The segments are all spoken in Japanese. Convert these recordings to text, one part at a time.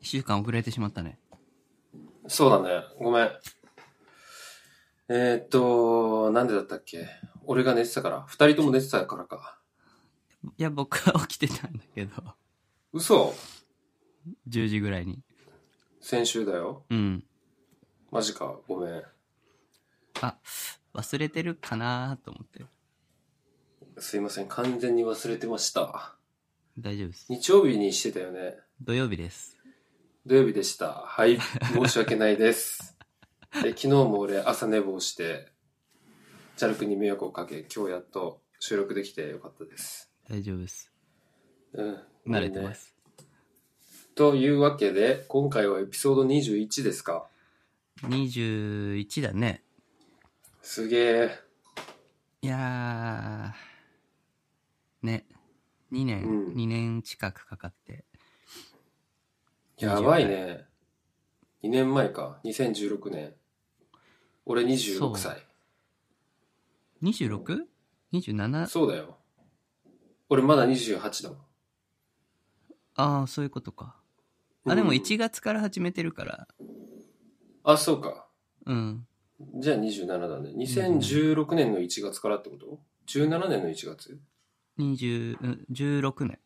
一週間遅れてしまったね。そうだね。ごめん。えーっと、なんでだったっけ俺が寝てたから。二人とも寝てたからか。いや、僕は 起きてたんだけど、嘘10時ぐらいに。先週だよ。うん。マジか。ごめん。あ、忘れてるかなと思って。すいません。完全に忘れてました。大丈夫です。日曜日にしてたよね。土曜日です。土曜日でした。はい。申し訳ないです。 で昨日も俺朝寝坊して、ジャル君に迷惑をかけ、今日やっと収録できてよかったです。大丈夫です。うん。慣れてまいいね。す。というわけで、今回はエピソード21ですか。 21だね。すげえ。いやー、ね。2年、うん2年近くかかって。やばいね。2年前か。2016年。俺26歳。 26?27? そうだよ。俺まだ28だもん。ああ、そういうことか。あ、でも1月から始めてるから。あ、そうか。うん。じゃあ27だね。2016年の1月からってこと ?17 年の1月20、うん16年。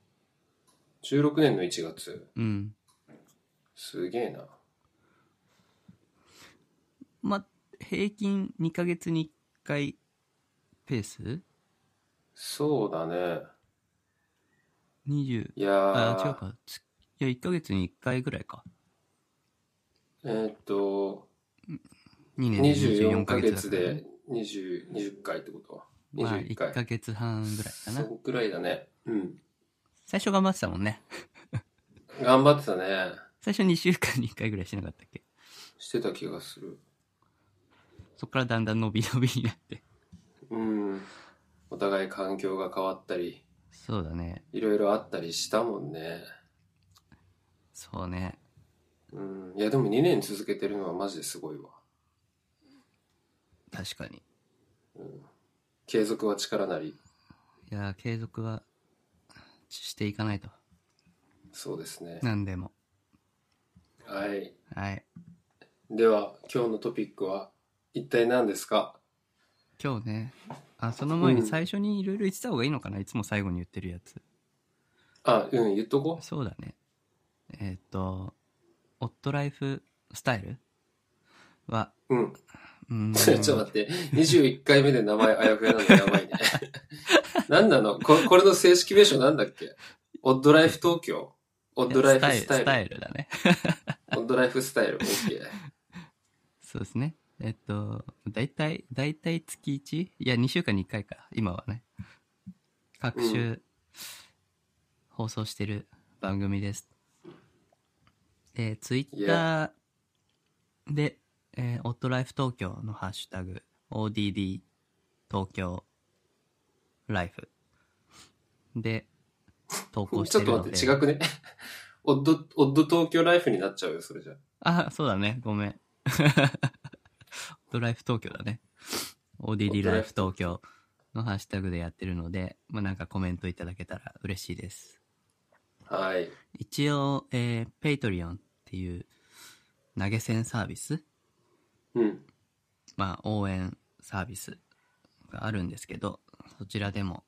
?16 年の1月。うん。すげえな。ま、平均2ヶ月に1回ペースそうだね。 ?20。いやあーあ、違うか。ついや、1ヶ月に1回ぐらいか。えーっと、 2年で24 24ヶヶ月月だからねで 20, 20回ってことまあ、 21 1回ヶ月半ぐらいかそな。んくらいだね。うん。最初頑張ってたもんね。頑張ってたね。最初2週間に1回ぐらいしなかったっけしてた気がする。そっからだんだん伸び伸びになって。うん。お互い環境が変わったり、そうだね。いろいろあったりしたもんね。そうね。うん。いや、でも2年続けてるのはマジですごいわ。確かに。継続は力なり。いやー、継続はしていかないと。そうですね。何でも。はい。はい。では、今日のトピックは一体何ですか今日ね。あ、その前にうん最初にいろいろ言ってた方がいいのかな、いつも最後に言ってるやつ。あ、うん、言っとこそうだね。えーっ、と、オットライフスタイルは、う。うん。うーん ちょっと待って。21回目で名前あやふやなのやばいね。 何なのここれの正式名称なんだっけオッドライフ東京オッドライフスタイルスタイルだね。オッドライフスタイル。オッケー。そうですね。えーっ、と、だいたい、だいたい月 1? いや、2週間に1回か、今はね。各う週、放送してる番組です。えー、ツイッターで、えー、オットライフ東京のハッシュタグ、ODD 東京ライフで投稿しちてょっるとの待で。って、違くね。 オッド、オッド東京ライフになっちゃうよ、それじゃ。あ、そうだね。ごめん。ドライフ東京だね。ODD ライフ東京のハッシュタグでやってるので、まあ、なんかコメントいただけたら嬉しいです。はい。一応、えー、ペイトリオンっていう投げ銭サービス、うん。まあ、応援サービスがあるんですけど、そちらでも、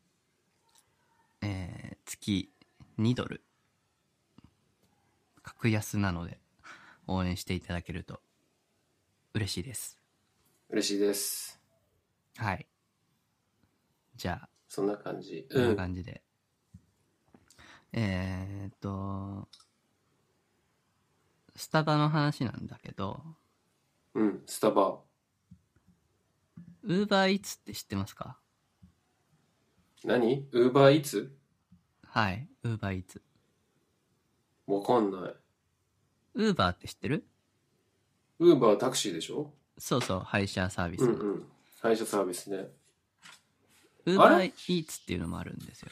えー、月2ドル、格安なので、応援していただけると嬉しいです。嬉しいです。はい。じゃあ、そんな感じ。こんう。なん感じで。えー、っと、スタバの話なんだけど、うん。スタバ。ウーバーイーツって知ってますか何ウーバーイーツはい、ウーバーイーツ。わかんない。ウーバーって知ってるウーバータクシーでしょそうそう、配車サービス。うんウうん。配車サービスね。ーあバーれイーツっていうのもあるんですよ。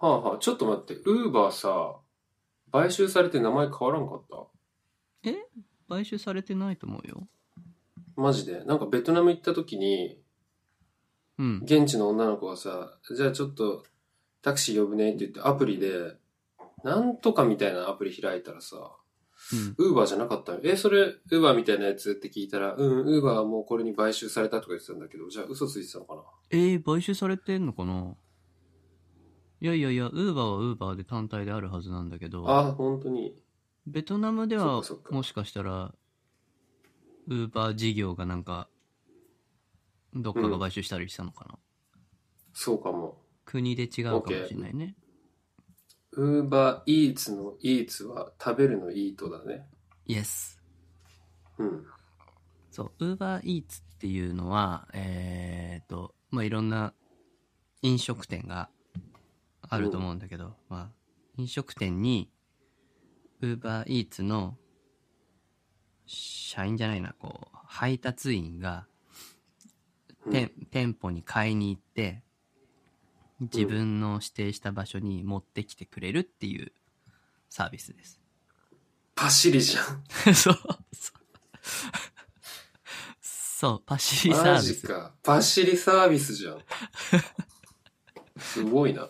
はあはあ、ちょっと待って、ウーバーさ、買収されて名前変わらんかった買収されてないと思うよ。マジで。なんかベトナム行った時に、うん。現地の女の子がさ、じゃあちょっとタクシー呼ぶねって言ってアプリで、なんとかみたいなアプリ開いたらさ、うん。ウーバーじゃなかったのえ、それ、ウーバーみたいなやつって聞いたら、うん、ウーバーはもうこれに買収されたとか言ってたんだけど、じゃあ嘘ついてたのかなえー、買収されてんのかないやいやいや、ウーバーはウーバーで単体であるはずなんだけど、あ、本当に。ベトナムでそっはかそっかもしかしたら、ウーバー事業がなんか、どっかが買収したりしたのかな、そうかも。国で違うかもしれないね。ウーバーイーツのイーツは食べるのイートだね。イエス。うん。そう、ウーバーイーツっていうのは、えーと、まあ、いろんな飲食店があると思うんだけど、まあ、飲食店に、ウーバーイーツの社員じゃないな、こう、配達員が、うん店店舗に買いに行って、自分の指定した場所に持ってきてくれるっていうサービスです。パシリじゃ ん。そう。そうそう、パシリサーマビジス。か。パシリサービ スじゃん。すごいな。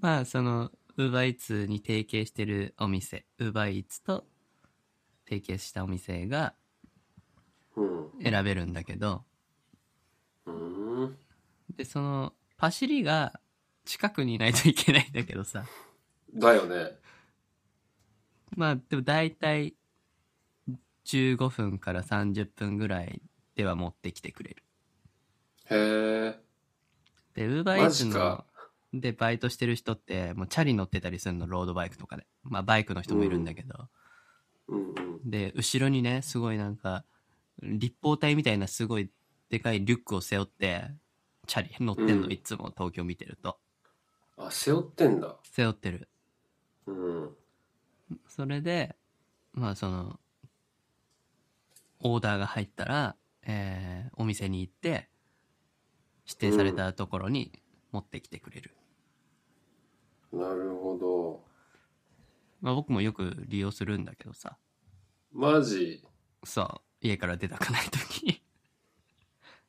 まあ、その、ウーバーイーツに提携してるお店、ウーバーイーツと提携したお店がうん。選べるんだけど、うん。で、その、パシリが近くにいないといけないんだけどさ、 だよね。まあ、でも大体、15分から30分ぐらいでは持ってきてくれる。へえ。で、ウーバーイーツマジのか、で、バイトしてる人って、もうチャリ乗ってたりするの、ロードバイクとかで。まあ、バイクの人もいるんだけど。うんうん。で、後ろにね、すごいなんか、立方体みたいなすごいでかいリュックを背負って、チャリ乗ってんの、うんいつも東京見てると。あ、背負ってんだ。背負ってる。うん。それで、まあ、その、オーダーが入ったら、えー、お店に行って、指定されたところに持ってきてくれる。なるほど。まあ、僕もよく利用するんだけどさ。マジ、そう家から出たくない時 に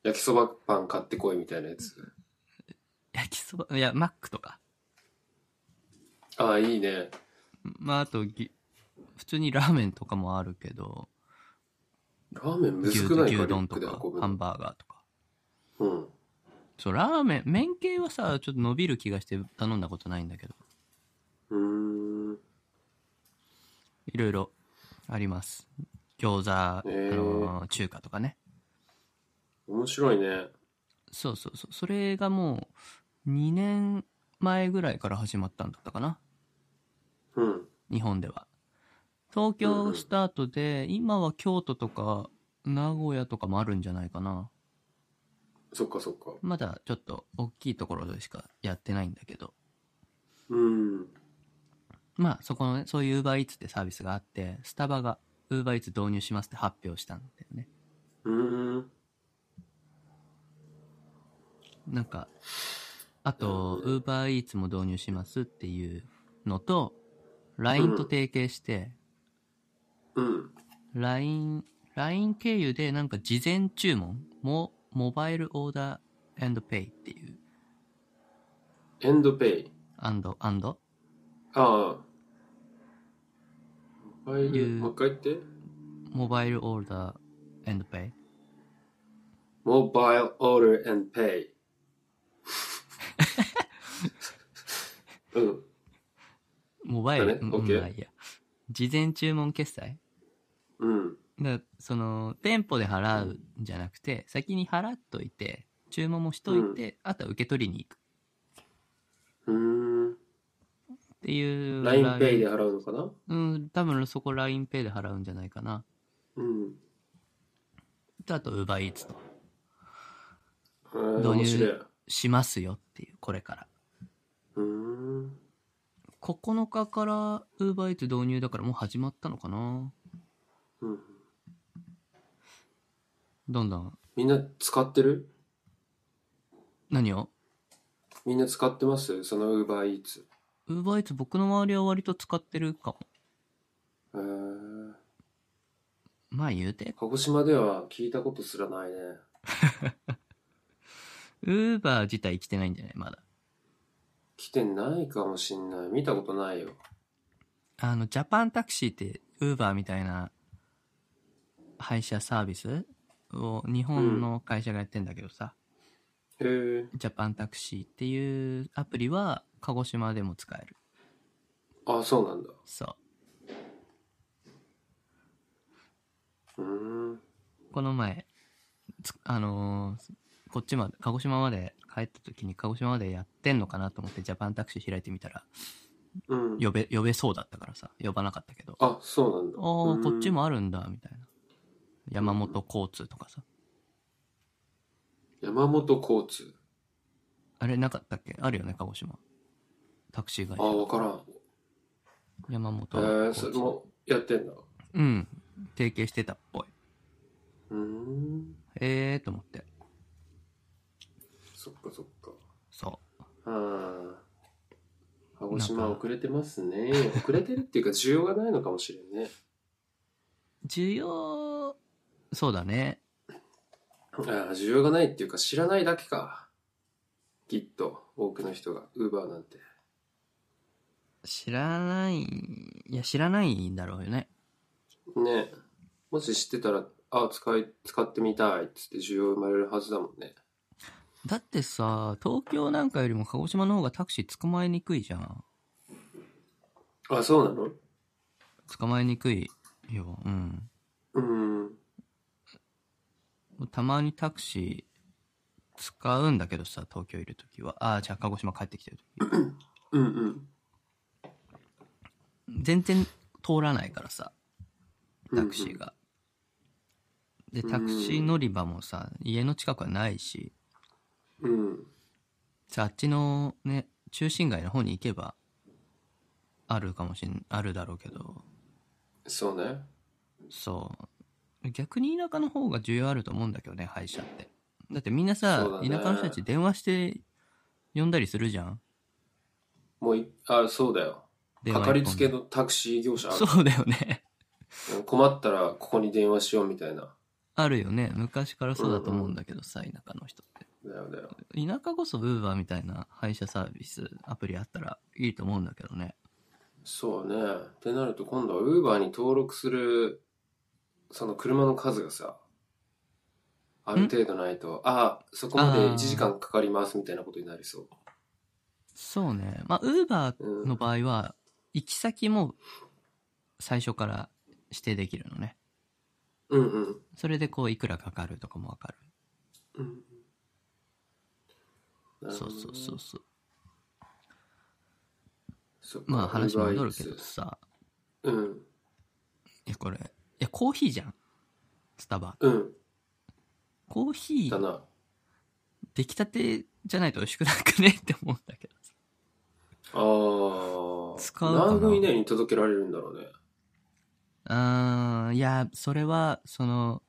焼きそばパン買ってこいみたいなやつ。焼きそばいやマックとかああ、いいね。まああとぎ普通にラーメンとかもあるけどラーメンむ牛ずくないか牛丼とリュッかクで運ぶハのンバーガーとかうん。そうラーメン麺系はさちょっと伸びる気がして頼んだことないんだけどうーん。いろいろあります餃子、へーあのー中華とかね面白いね。そうそうそうそれがもう2年前ぐらいから始まったんだったかなうん。日本では東京スタートで、今は京都とか名古屋とかもあるんじゃないかなそっかそっか。まだちょっと大きいところでしかやってないんだけどうん。まあそこのねそういう UberEats ってサービスがあってスタバが UberEats 導入しますって発表したんだよねうーん。なんかあとう UberEats も導入しますっていうのと LINE と提携してうん。 LINE、LINE 経由でなんか事前注文も、モバイルオーダーペイっていう、エンドペイ。アンド、アンドああ。モバイル、いうもう一回言って。モバイルオーダーペイ。モバイルオーダーエンペイ。 うん。モバイル、あれうん、 OK まあいいや。事前注文決済うん。だその、店舗で払うんじゃなくて、先に払っといて、注文もしといて、あとは受け取りに行くうーん。っていう。ラインペイで払うのかなうん、多分そこ LINEPay で払うんじゃないかな。うん。とあと、UberEats と。えー、導入面白い。うしますよっていう、これから。ーん。 9日から UberEats 導入だからもう始まったのかなうんどんどん。みんな使ってる何をみんな使ってますその UberEats。 ?UberEats 僕の周りは割と使ってるかも。えー、まあ言うて。鹿児島では聞いたことすらないね。 Uber 自体来てないんじゃないまだ。来てないかもしんない。見たことないよ。あの、ジャパンタクシーってウーバーみたいな配車サービスを日本の会社がやってんだけどさ、へえ。ジャパンタクシーっていうアプリは鹿児島でも使える。あ、そうなんだ。そうーん。う。この前、つあのーこっちまで、鹿児島まで帰った時に鹿児島までやってんのかなと思ってジャパンタクシー開いてみたら、うん。呼べ、呼べそうだったからさ、呼ばなかったけど。あ、そうなんだ。ああー、うんこっち。もあるんだ、みたいな。山本交通とかさ。山本交通。あれなかったっけあるよね、鹿児島。タクシー会あ、社。わからん。山本えー、交それ通。もやってんだ。うん。提携してたっぽい。うーん。ええー、と思って。そっかそっか。そああ。鹿児島遅れてますね。遅れて るっていうか、需要がないのかもしれんね。う。需要、そうだね。ああ、需要がないっていうか、知らないだけか。きっと、多くの人が、ウーバーなんて。知らない、いや、知らないんだろうよね。ねもし知ってたら、あ、使い、使ってみたいっつって需要生まれるはずだもんね。だってさ、東京なんかよりも鹿児島の方がタクシー捕まえにくいじゃん。あ、そうなの捕まえにくいよ。うん。うん。たまにタクシー使うんだけどさ、東京いるときは。ああ、じゃあ鹿児島帰ってきてるとうんうん。き。全然通らないからさ、タクシーが。で、タクシー乗り場もさ、家の近くはないし、うん。さあっちのね中心街の方に行けばあるかもしんあるだろうけどそうね。そう逆に田舎の方が需要あると思うんだけどね歯医者ってだってみんなそうさ、だね田舎の人たち電話して呼んだりするじゃんもうい、あ、そうだよ。電話か一か本でりつけのタクシー業者あるそうだよねうん困ったらここに電話しようみたいな。あるよね昔からそうだと思うんだけどさ、田舎の人ってだよだよ。田舎こそウーバーみたいな歯医者サービスアプリあったらいいと思うんだけどねそうね。ってなると今度は Uber に登録する、その車の数がさ、ある程度ないと、ああ、そこまであー1時間かかりますみたいなことになりそそうねまあウーバーう。うん。の場合は行き先も最初から指定できるのねうんうんそれでこういくらかかるとかもわかるうん。なるほそどうねそうそう。そうそっかまあ話 Uber 戻るけ Eats どさうん。いやこれいやコーヒーじゃんスタバうん。コーヒだーな。出来たてじゃないと美味しくなくねって思うんだけどさああ。使うかな何分以内に届けられるんだろうね。うーんいやそれはその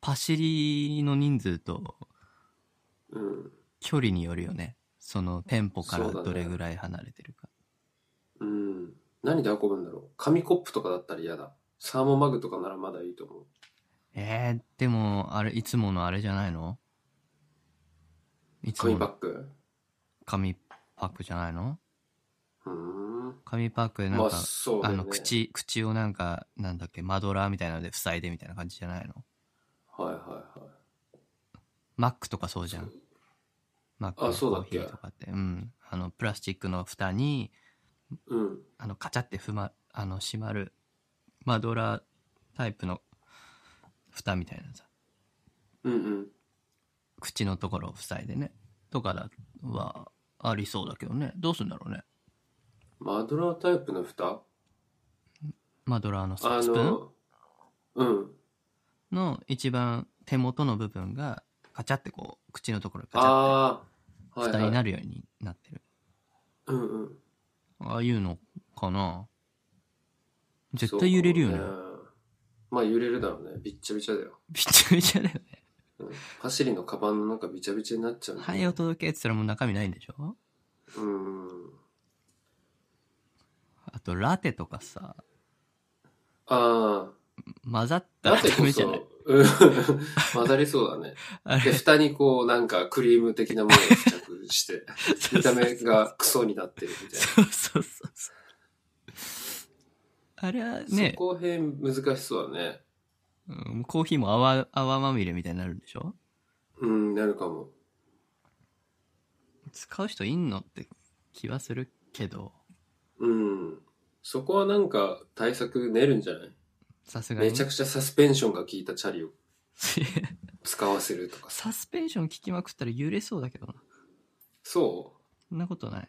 パシリの人数とうん。距離によるよねその店舗からそうだねどれぐらい離れてるか、うん。何で運ぶんだろう紙コップとかだったら嫌だ。サーモマグとかならまだいいと思う。えー、でもあれいつものあれじゃないのいつも紙パッのク紙パックじゃないのうーん。紙パックでなんか、まあ、そうだあよね。の。口口をなんかなんだっけマドラーみたいなので塞いでみたいな感じじゃないのはいはいはい。マックとかそうじゃんマックのあそうだコーっヒけーとかってうんあのプラスチックの蓋にうん。あのカチャってふまあの閉まるマドラータイプの蓋みたいなさうんうん。口のところを塞いでねとかだはありそうだけどねどうすんだろうねマドラータイプの蓋マドラーのあさスプーンの、うん。の一番手元の部分がカチャってこう口のところがカチャっああ。ては蓋いはい。になるようになってる、うんうん。ああいうのかな絶対揺れるよねそうまあ揺れるだろうね。びっちゃびちゃだよ。びちゃびちゃだよねうん。パシリのカバンの中びちゃびちゃになっちゃうんだよはいお届けって言ったらもう中身ないんでしょうん。あとラテとかさああ。混ざっただらってダこメじゃないそ、うん 混ざりそうだね。あで、れ蓋にこう、なんかクリーム的なものを付着して、見た目がクソになってるみたいそうそうそうそうそうそうそうあれはそね、こへん難しそうだね。うんコーヒーも泡、泡まみれみたいになるんでしょうん、なるかも。使う人いんのって気はするけど、うん。そこはなんか対策練るんじゃないさすがに。めちゃくちゃサスペンションが効いたチャリを使わせるとか サさ。スペンション聞きまくったら揺れそうだけどな。そそんなことない。う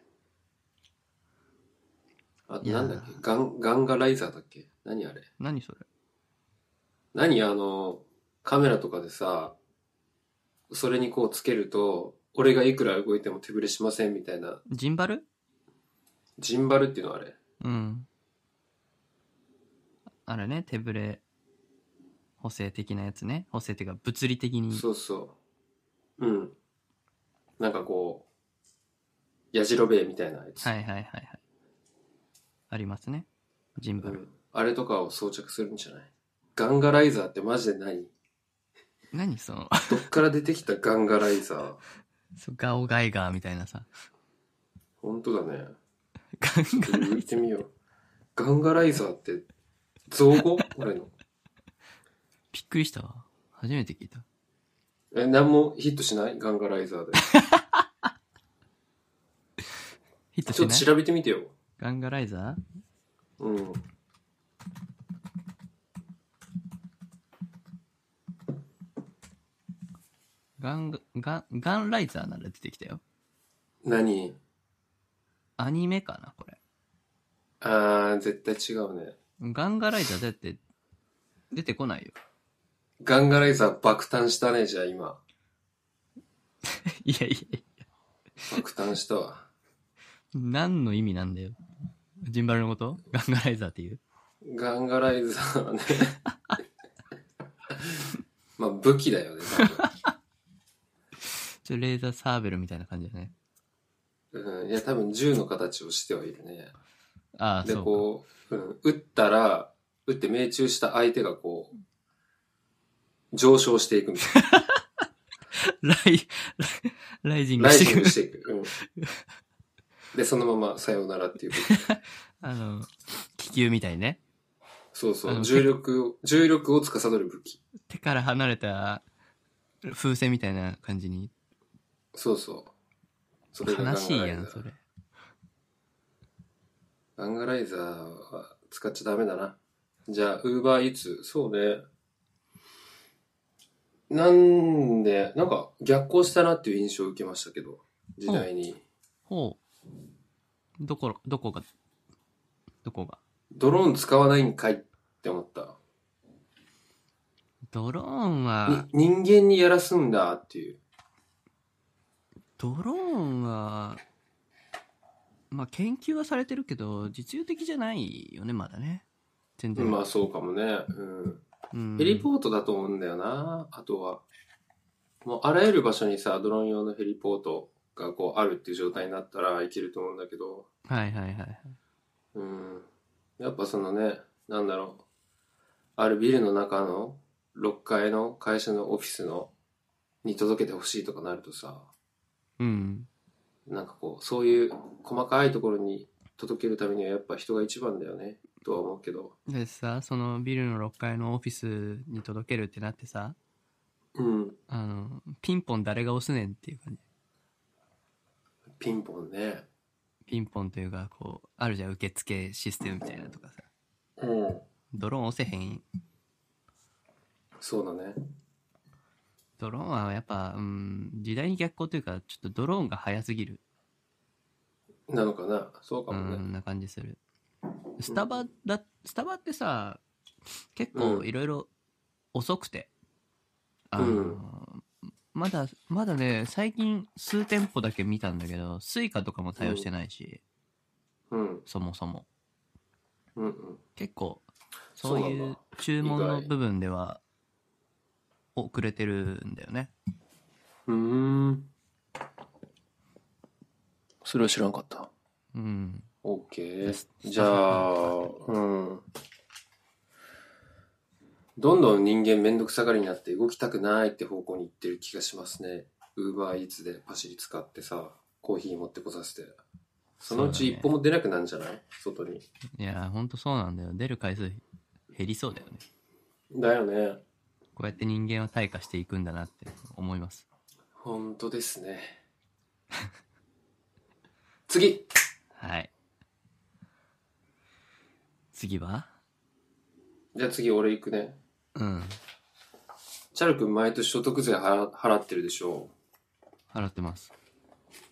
あといやーなんだっけガン、ガンガライザーだっけ何あれ何それ何あの、カメラとかでさ、それにこうつけると、俺がいくら動いても手ぶれしませんみたいな、ジンバルジンバルっていうのあれうん。あれね、手ぶれ補正的なやつね。補正っていうか物理的に。そうそう。うん。なんかこう、やじろべえみたいなやつ。はいはいはいはい。ありますね。ジンうバル。ん。あれとかを装着するんじゃないガンガライザーってマジで何何その、 どっから出てきたガンガライザー。 そうガオガイガーみたいなさ。ほんとだね。ガンガラ言ってみよう。 ガンガライザーって、造語 俺の。びっくりしたわ。初めて聞いた。え、何もヒットしないガンガライザーで。ヒットちょしっないと調べてみてよ。ガンガライザーうん。ガンガ、ガン、ガンライザーなら出てきたよ。何アニメかな、これ。あー、絶対違うね。ガンガライザーだって、出てこないよ。 ガンガライザー爆誕したね、じゃあ今。いやいやいや。爆誕したわ。何の意味なんだよ。ジンバルのことガンガライザーっていう。ガンガライザ ーはね。まあ武器だよね、多分ちょレーザーサーベルみたいな感じだね。うん、いや、多分銃の形をしてはいるね。ああ、で、そうこう、うん、撃ったら、撃って命中した相手がこう、上昇していくみたいか。 ライ、 ライジンな。 グライしてジンくグしていく。 うん、で、そのままさようならっていうこと。あの、気球みたいにね。そうそあのう。重力を、重力を司る武器。手から離れた風船みたいな感じに。そうそう。それがガン悲しいガラやイザん、ーそ。れ。ガンガライザーは使っちゃダメだな。じゃあ、ウーバーイーツ、そうね。なんで、なんか逆行したなっていう印象を受けましたけど、時代に。ほう。どこ、どこが、どこが。ドローン使わないんかいって思った。ドローンは、に人間にやらすんだっていう。ドローンは、まあ研究はされてるけど、実用的じゃないよね、まだね。全然。まあそうかもね。うん。うんヘリポートだと思うんだよな、あとは。もうあらゆる場所にさ、ドローン用のヘリポートがこうあるっていう状態になったらいけると思うんだけど、はいはいはい。うん。やっぱそのね、なんだろう。あるビルの中の6階の会社のオフィスのに届けてほしいとかなるとさ、うん。なんかこう、そういう細かいところに届けるためにはやっぱ人が一番だよね、とは思うけど。でさ、そのビルの6階のオフィスに届けるってなってさ、うん。あの、ピンポン誰が押すねんっていう感じ。ピンポンね。ピンポンというか、こう、あるじゃん、受付システムみたいなとかさ。うん。ドローン押せへん。そうだね。ドローンはやっぱ、うん、時代に逆行というか、ちょっとドローンが早すぎる。なのかな。そうかうもね。んな感じするスタバだスタバってさ結構うんいろいろ遅くて、あのまだまだね最近数店舗だけ見たんだけどスイカとかも対応してないし、うん。そもそもうんうん。結構そうそうないんうだ注文の意外部分では遅れてるんだよねうーん。それは知らんかった。うんオッケでーす。じゃあ、うん。どんどん人間めんどくさがりになって動きたくないって方向に行ってる気がしますね。ウーバーイーツでパシリ使ってさ、コーヒー持ってこさせて。そのうちそうだね一歩も出なくなるんじゃない、外に。いや、ほんとそうなんだよ。出る回数減りそうだよね。だよね。こうやって人間は退化していくんだなって思います。本当です ね。次はい。次はじゃあ次俺行くね。うん。チャル君毎年所得税払払ってるでしょ払ってます。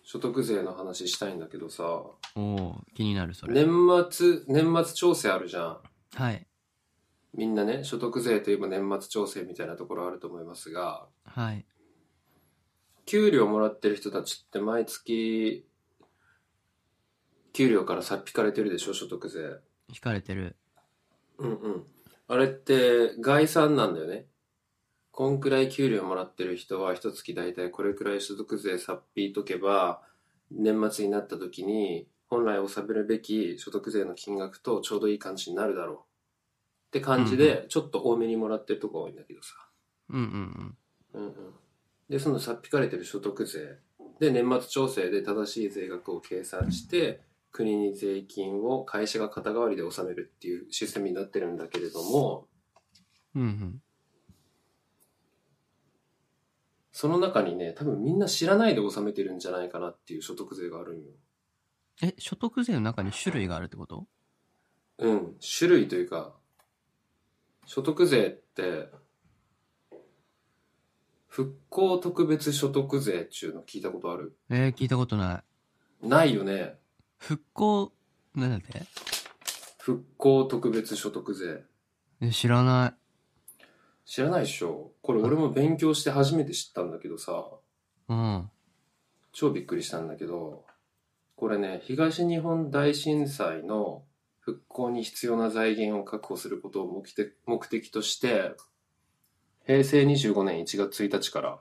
所得税の話したいんだけどさ、おお気になる、それ。年末、年末調整あるじゃん。はい。みんなね、所得税といえば年末調整みたいなところあると思いますが、はい。給料もらってる人たちって毎月、給料からさっ引かれてるでしょ、所得税。引かれてる。うんうん。あれって概算なんだよね。こんくらい給料もらってる人は一月大体これくらい所得税さっぴいとけば、年末になった時に本来納めるべき所得税の金額とちょうどいい感じになるだろう。って感じで、ちょっと多めにもらってるとこ多いんだけどさ。うんうんうんうん。で、そのさっぴかれてる所得税。で、年末調整で正しい税額を計算して、国に税金を会社が肩代わりで納めるっていうシステムになってるんだけれども、うん。うんうん。その中にね、多分みんな知らないで納めてるんじゃないかなっていう所得税があるんよ。え、所得税の中に種類があるってことうん、種類というか、所得税って、復興特別所得税っていうの聞いたことあるえー、聞いたことない。ないよね。復興、なんだって復興特別所得税。え知らな知らないでしょこれ俺も勉強して初めて知ったんだけどさ、い。うん。超びっくりしたんだけど、これね、東日本大震災の復興に必要な財源を確保することを目的目的として、平成25年1月1日から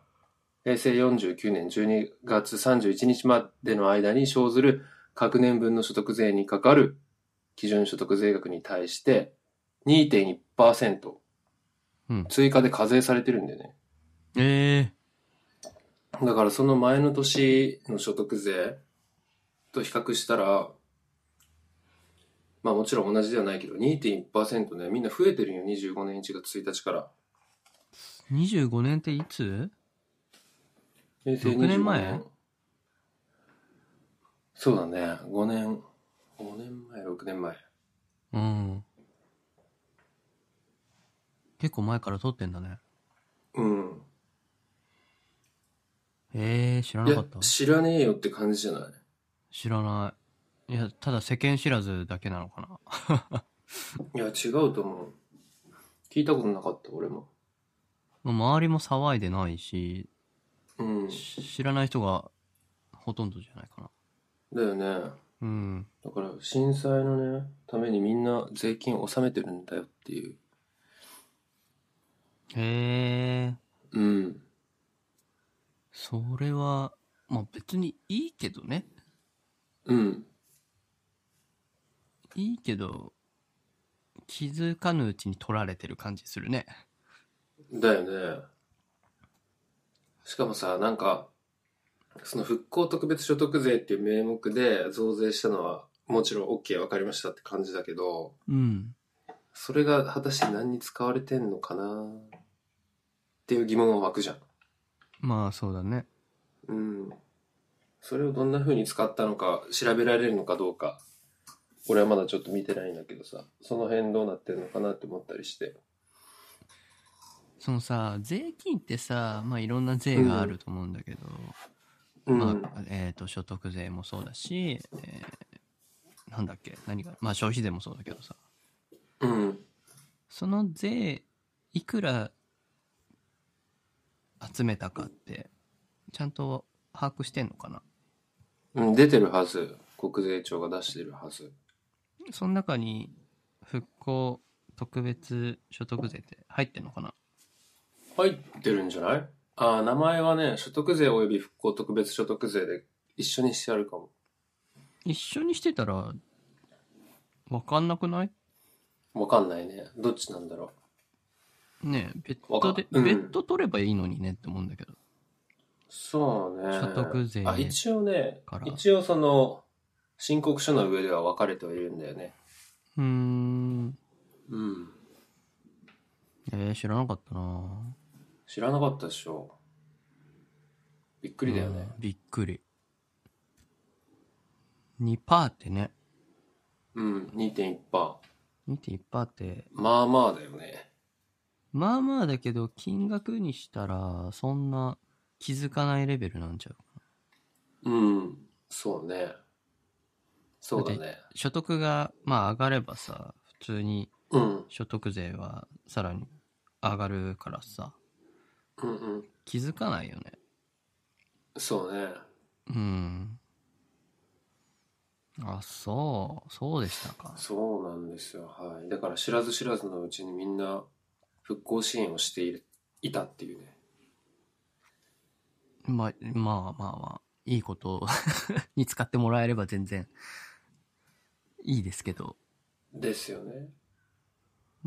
平成49年12月31日までの間に生ずる各年分の所得税にかかる基準所得税額に対して2.1%うん追加で課税されてるんだよね。えだからその前の年の所得税と比較したら、まあもちろん同じではないけど、2.1%ね、みんな増えてるよ、25年1月1日から。ー、25年っていつ平成6年前25そうだね、5年、5年前、6年前。うん。結構前から取ってんだね。うん。えー、知らいなかやった、。知らねえよって感じじゃない知らない。いや、ただ世間知らずだけなの かな。いや、違うと思う。聞いたことなかった、俺も。もう周りも騒いでないし、うん。し知らない人がほとんどじゃないかな。だよね。うん。だから震災のねためにみんな税金を納めてるんだよっていうへえ、うんそれは、まあ別にいいけどね。うんいいけど、気づかぬうちに取られてる感じするね。だよねしかもさなんかその復興特別所得税っていう名目で増税したのはもちろん OK 分かりましたって感じだけどうん。それが果たして何に使われてんのかなっていう疑問は湧くじゃんまあそうだね。うんそれをどんな風に使ったのか調べられるのかどうか俺はまだちょっと見てないんだけどさその辺どうなってるのかなって思ったりしてそのさ、税金ってさ、まあいろんな税があると思うんだけど、うん、まあ、えっ、と、所得税もそうだし、えーなんだっけ、何が、まあ消費税もそうだけどさ、うん、その税、いくら集めたかって、ちゃんと把握してんのかなうん、出てるはず国税庁が出してるはずその中に、復興特別所得税って入ってんのかな入ってるんじゃないああ名前はね所得税および復興特別所得税で一緒にしてあるかも一緒にしてたら、わかんなくないわかんないねどっちなんだろうねえ、別途で、わかんうん別途取ればいいのにねって思うんだけど。そうね所得税あ一応ねから一応その申告書の上では分かれてはいるんだよね。うーん。うん。えー、知らなかったな知らなかったでしょ。びっくりだよね。うんびっくり。2%ってね。うん、2.1%。 2.1%って、まあまあだよね。まあまあだけど、金額にしたら、そんな気づかないレベルなんちゃううん、そうね。そうだね。所得が、まあ上がればさ、普通にうん、所得税はさらに上がるからさ、うん、うん。気づかないよね。そうね。うん。あ、そう、そうでしたか。そうなんですよ。はい。だから知らず知らずのうちにみんな復興支援をしているいたっていうね。まあ、まあまあまあ、いいこと に使ってもらえれば全然いいですけど。ですよね。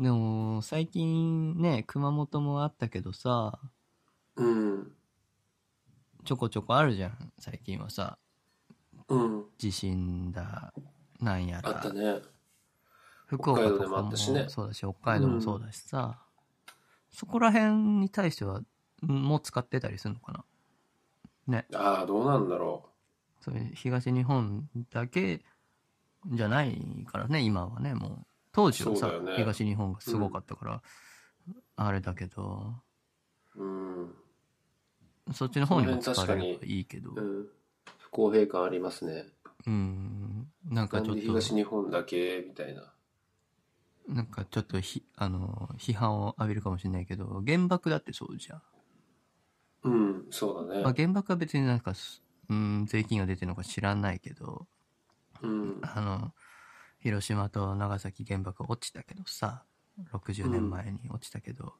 でも、最近ね、熊本もあったけどさ、うん、ちょこちょこあるじゃん、最近はさ。うん。地震だ、なんやあったら。ね。福岡北海道とでもかあっもたしねそうだし、北海道もそうだしさ。そこら辺に対しては、んもう使ってたりするのかなああ、どうなんだろそういう東日本だけじゃないからね今はねもう当時はさ、そうだよね東日本がすごかったから、あれだけどう。うん。そっちの方にも使そのわ辺れれ確ばいいけどうん、不公平感ありますね。うんなんなかちょっんでと東日本だけみたいな。なんかちょっとひあの批判を浴びるかもしれないけど原爆だってそうじゃん、うん、そうだね。まあ、原爆は別になんかすうん税金が出てるのか知らないけどうん、あの広島と長崎原爆落ちたけどさ60年前に落ちたけど、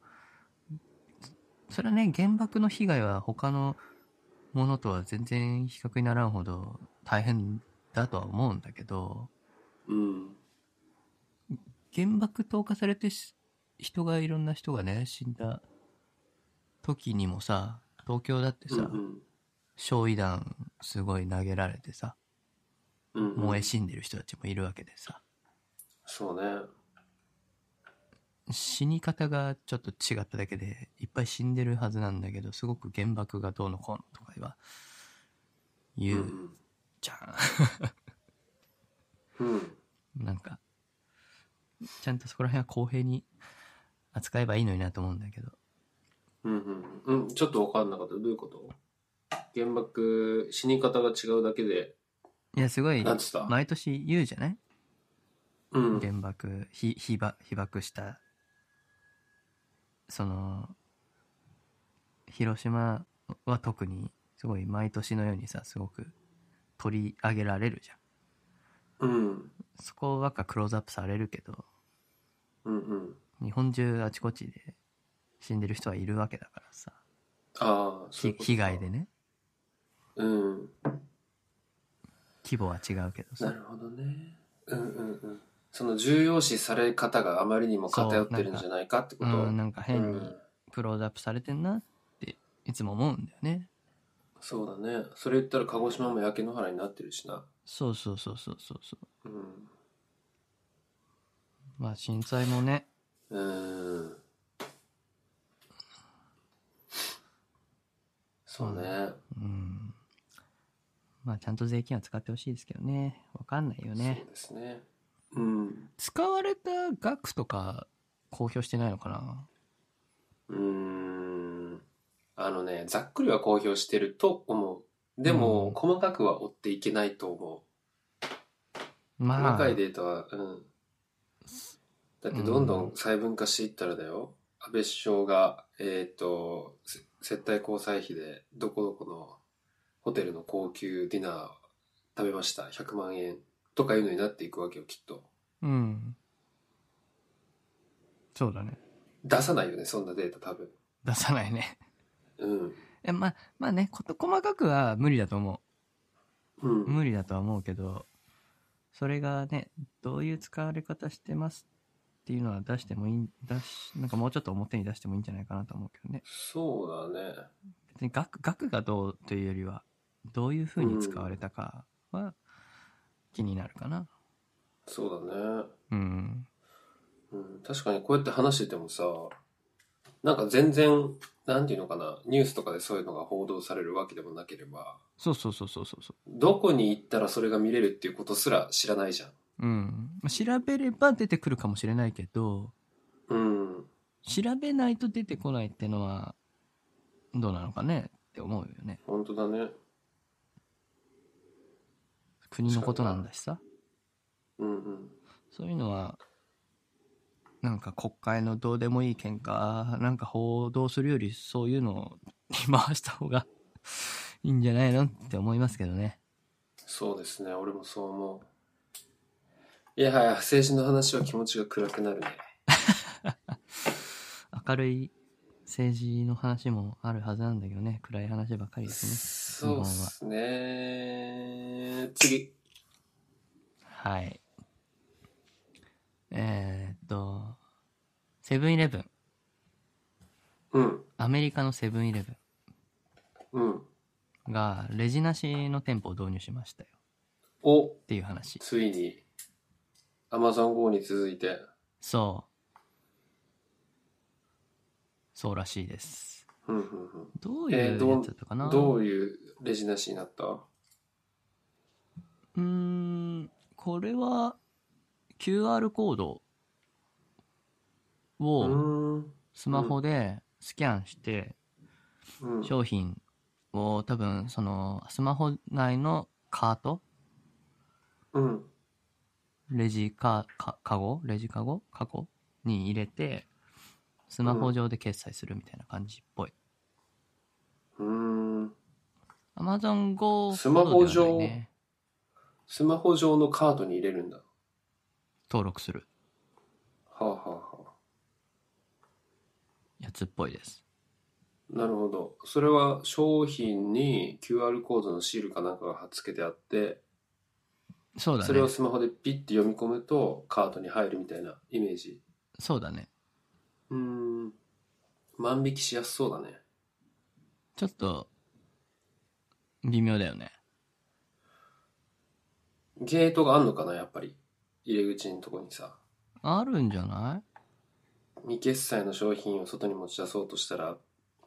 それはね原爆の被害は他のものとは全然比較にならんほど大変だとは思うんだけどうん、原爆投下されてし人がいろんな人がね死んだ時にもさ東京だってうんうさ、ん焼夷弾すごい投げられてさうん、燃え死んでる人たちもいるわけでさ、そうね。死に方がちょっと違っただけでいっぱい死んでるはずなんだけどすごく原爆がどうのこうのとかはう、言ううんじゃん、うん、なん かちゃんとそこら辺は公平に扱えばいいのになと思うんだけどうん、うん、うん、ちょっと分かんなかった。どういうこと原爆、死に方が違うだけで、いやすごいなんつった毎年言うじゃないうん、原爆ひ被ば被爆したその広島は特にすごい毎年のようにさすごく取り上げられるじゃんうん、そこばっかクローズアップされるけど、うん、うん。日本中あちこちで死んでる人はいるわけだからさ、ああ、そうひいうことか被害で。ね、うん、規模は違うけどなさ、るほどね。うん、うん、うん。その重要視され方があまりにも偏ってるんじゃないかってこうと。ん、なんか変うにんクローズアップされてんなっていつも思うんだよね。そうだね。それ言ったら鹿児島も焼け野原になってるしな。そうそうそうそうそうそう。うん。まあ震災もね、うーん。そうね。うん、まあちゃんと税金は使ってほしいですけどね、わかんないよねそう。ですね。うん。使われた額とか公表してないのかなうーん。あのね、ざっくりは公表してると思う。でも、うん細かくは追っていけないと思う。ま細あ、かいデータは、うん。だってどんどん細分化していったらだよ。安倍首相が、えっ、と、せ接待交際費で、どこどこのホテルの高級ディナー食べました。100万円とかいうのになっていくわけよ、きっと。うん。そうだね。出さないよね、そんなデータ多分。出さないね。うん。え、まあ、まあね、こと細かくは無理だと思うん。う。無理だとは思うけど、それがね、どういう使われ方してますっていうのは出してもいい、出し、なんかもうちょっと表に出してもいいんじゃないかなと思うけどね。そうだね。別に額、額がどうというよりは、どういうふうに使われたかは、気になるかな。そうだね。うん。うん、確かにこうやって話しててもさ、なんか全然、なんていうのかな、ニュースとかでそういうのが報道されるわけでもなければ、そうそうそうそうそうそどこに行ったらそれが見れるっていうことすら知らないじゃん。う。うん。まあ調べれば出てくるかもしれないけど、うん。調べないと出てこないってのは、どうなのかねって思うよね。本当だね。国のことなんだしさ。うんうん。そういうのは、なんか国会のどうでもいい喧嘩なんか報道するよりそういうのを回した方が いいんじゃないのって思いますけどね。そうですね。俺もそう思う。いやはや、政治の話は気持ちが暗くなるね。明るい政治の話もあるはずなんだけどね。暗い話ばかりですね。そうですね。次。はい。えー、っと、セブンイレブン。うん。アメリカのセブンイレブうん。ンがレジなしの店舗を導入しましたよ。お、っていう話。ついに、アマゾン GO に続いて、そう。そうらしいです。うんうんうん。どうえいーうどやうつだったかな、どうういうレジなしになったーん、これは QR コードうをーんスマホでスキャンしてうん商品を多分そのスマホ内のカートうんレジか、か、カゴレジカゴカゴに入れてスマホ上で決済するみたいな感じっぽい。うーん Amazon Go スマホほ上どではないねスマホ上のカートに入れるんだは登録する。あはあはやつっぽいです。あなるほどそれは商品に QR コードのシールかなんかが貼っつけてあってそうだそれをね。スマホでピッて読み込むとカートに入るみたいなイメージそうだね。うーん万引きしやすそうだねちょっと、微妙だよね。ゲートがあんのかなやっぱり入り口のとこにさあるんじゃない未決済の商品を外に持ち出そうとしたら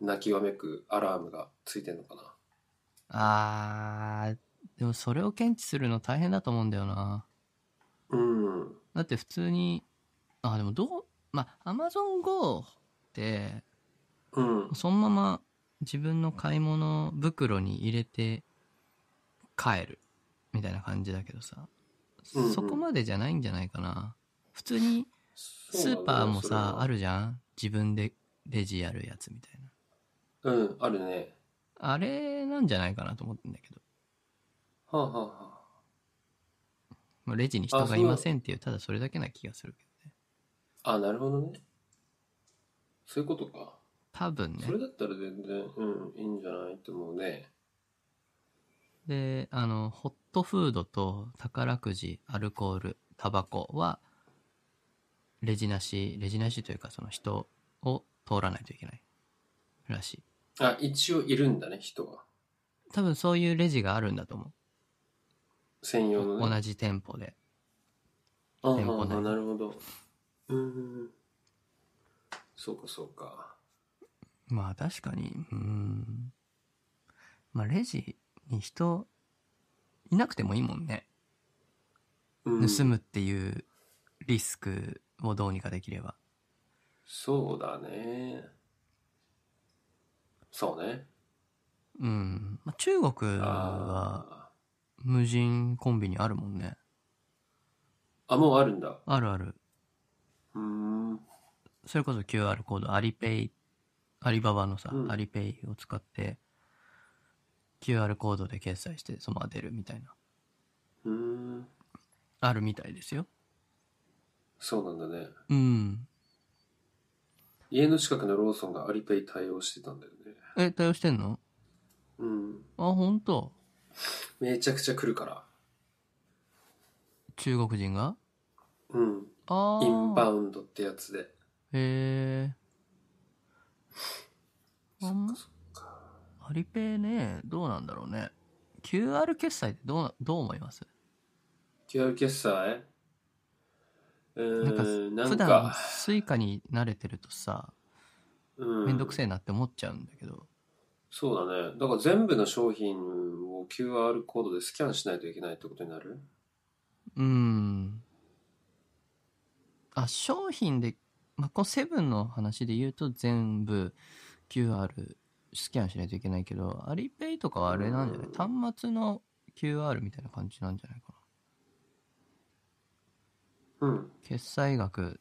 泣きわめくアラームがついてんのかなあー、でもそれを検知するの大変だと思うんだよな。うんだって普通に、あ、でもどう、まあ、Amazon Go って、うんそのまま自分の買い物袋に入れて帰るみたいな感じだけどさ、うんうんそこまでじゃないんじゃないかな。普通にスーパーもさ、あるるじゃん自分でレジやるやつみたいな。うんあるねあれなんじゃないかなと思ってんだけど。はあ、はあはあ、まあレジに人あそがういませんっていう、ただそれだけな気がするけどね。あなるほどねそういうことか多分ねそ。れだったら全然うんいいんじゃないと思うねで、あの、ホットフードと宝くじ、アルコール、タバコは、レジなし、レジなしというかその人を通らないといけない。らしい。あ一応いるんだね人は多分そういうレジがあるんだと思専用う。のね同じ店舗で。あは店舗あ内はあなるほどうんそうかそうかまあ確かに、うーん。まあレジに人いなくてもいいもんね。うん盗むっていうリスクをどうにかできれば。そうだねそうねうん。まあ、中国はあ無人コンビニあるもんね。ーあもうあるんだあるある。うーんそれこそ QR コード、アリペイ、アリババのさ、うんアリペイを使って、QR コードで決済して、そのまま出るみたいな。うーんあるみたいですよ。そうなんだねうん。家の近くのローソンがアリペイ対応してたんだよねえ、対応してんのうんあ、ほんとめちゃくちゃ来るから中国人がうんああ。インバウンドってやつでへえ。あんそっかアリペイね、どうなんだろうね。QR 決済ってどうな、どう思います QR 決済うなんかーんな普ん段か、スイカに慣れてるとさうん、めんどくせえなって思っちゃうんだけどそうだね。だから全部の商品を QR コードでスキャンしないといけないってことになるうんあ商品で、まあ、このセブンの話で言うと全部 QR スキャンしないといけないけどアリペイとかはあれなんじゃない端末の QR みたいな感じなんじゃないかなうん。決済額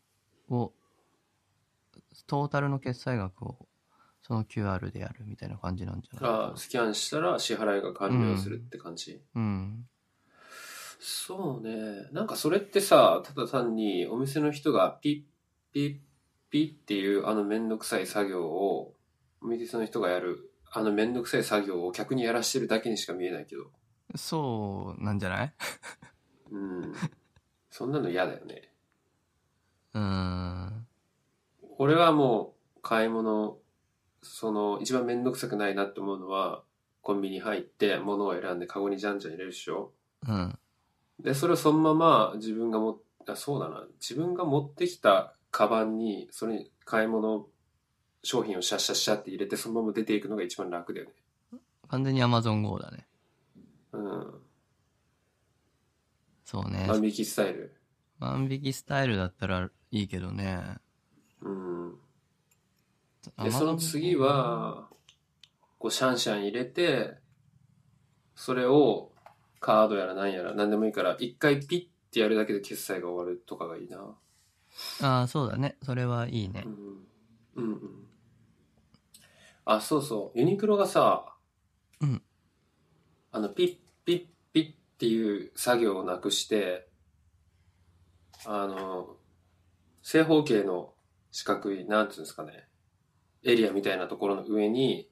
をトータルの決済額をその QR でやるみたいな感じなんじゃないかあなスキャンしたら支払いが完了するって感じ、うんそうね。なんかそれってさ、ただ単にお店の人がピッピッピッっていうあのめんどくさい作業を、お店の人がやるあのめんどくさい作業を客にやらしてるだけにしか見えないけど。そうなんじゃないうん。そんなの嫌だよね。うん俺はもう買い物その一番面倒くさくないなって思うのはコンビニ入って物を選んでカゴにじゃんじゃん入れるでしょうんでそれをそのまま自分がもあそうだな自分が持ってきたカバンにそれに買い物商品をシャッシャッシャッって入れてそのまま出ていくのが一番楽だよね完全に AmazonGO だねうんそうね万引きスタイル万引きスタイルだったらいいけどねうんで Amazon その次はこうシャンシャン入れてそれをカードやら何やら何でもいいから一回ピッてやるだけで決済が終わるとかがいいなああそうだねそれはいいねうんうんうんあそうそうユニクロがさ、うんあのピッピッピッっていう作業をなくしてあの正方形の四角いなんていうんですかねエリアみたいなところの上に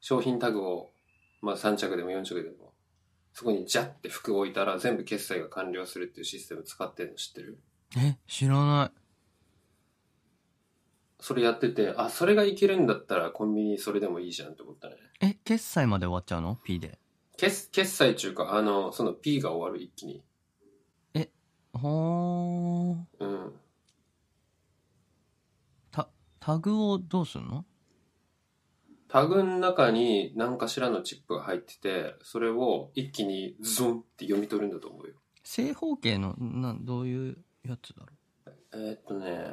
商品タグを、まあ、3着でも4着でもそこにジャッて服を置いたら全部決済が完了するっていうシステム使ってるの知ってるえ知らなそれやってて、あ、それがいけるんだったらコンビニそれでもいいじゃんって思ったね。いえ決済まで終わっちゃうの P で決決済中か、あの、その P が終わる一気に。ほーうん。タタグをどうすんのタグの中に何かしらのチップが入ってて、それを一気にズンって読み取るんだと思うよ。正方形のなんどういうやつだろうえーっとね、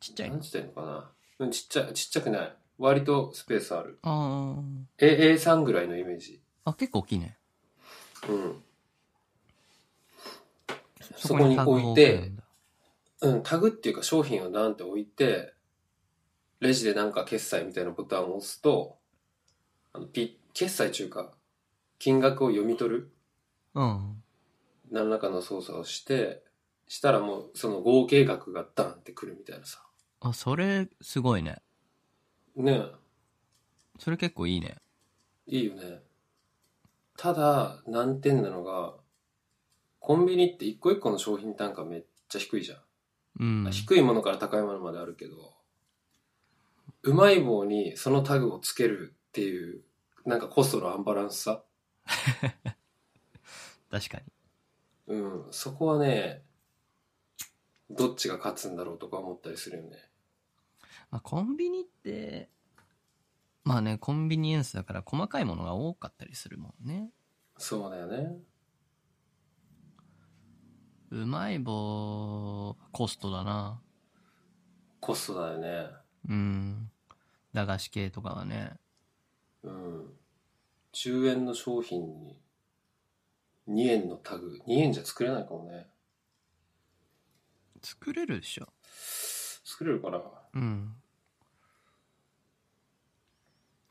ちっちゃいなのんつってんのかな。うん、ちっちゃい、ちっちゃくない。割とスペースある。あー AA3 ぐらいのイメージ。あ結構大きいねうん。そこに置いて、うん、タグっていうか商品をダンって置いて、レジでなんか決済みたいなボタンを押すと、あのピ決済中か、金額を読み取る、うん何らかの操作をして、したらもうその合計額がダンってくるみたいなさ。あそれすごいねねそれ結構いいねえ、いいよね。ただ、難点なのが、コンビニって一個一個の商品単価めっちゃ低いじゃん。うん低いものから高いものまであるけど、うまい棒にそのタグをつけるっていう、なんかコストのアンバランスさ。確かにうん、そこはね、どっちが勝つんだろうとか思ったりするよね。まあ、コンビニって、まあね、コンビニエンスだから細かいものが多かったりするもんね。そうだよね。うまい棒、コストだな。コストだよね。うん。駄菓子系とかはね。うん。10円の商品に2円のタグ、2円じゃ作れないかもね。作れるでしょ。作れるかなうん。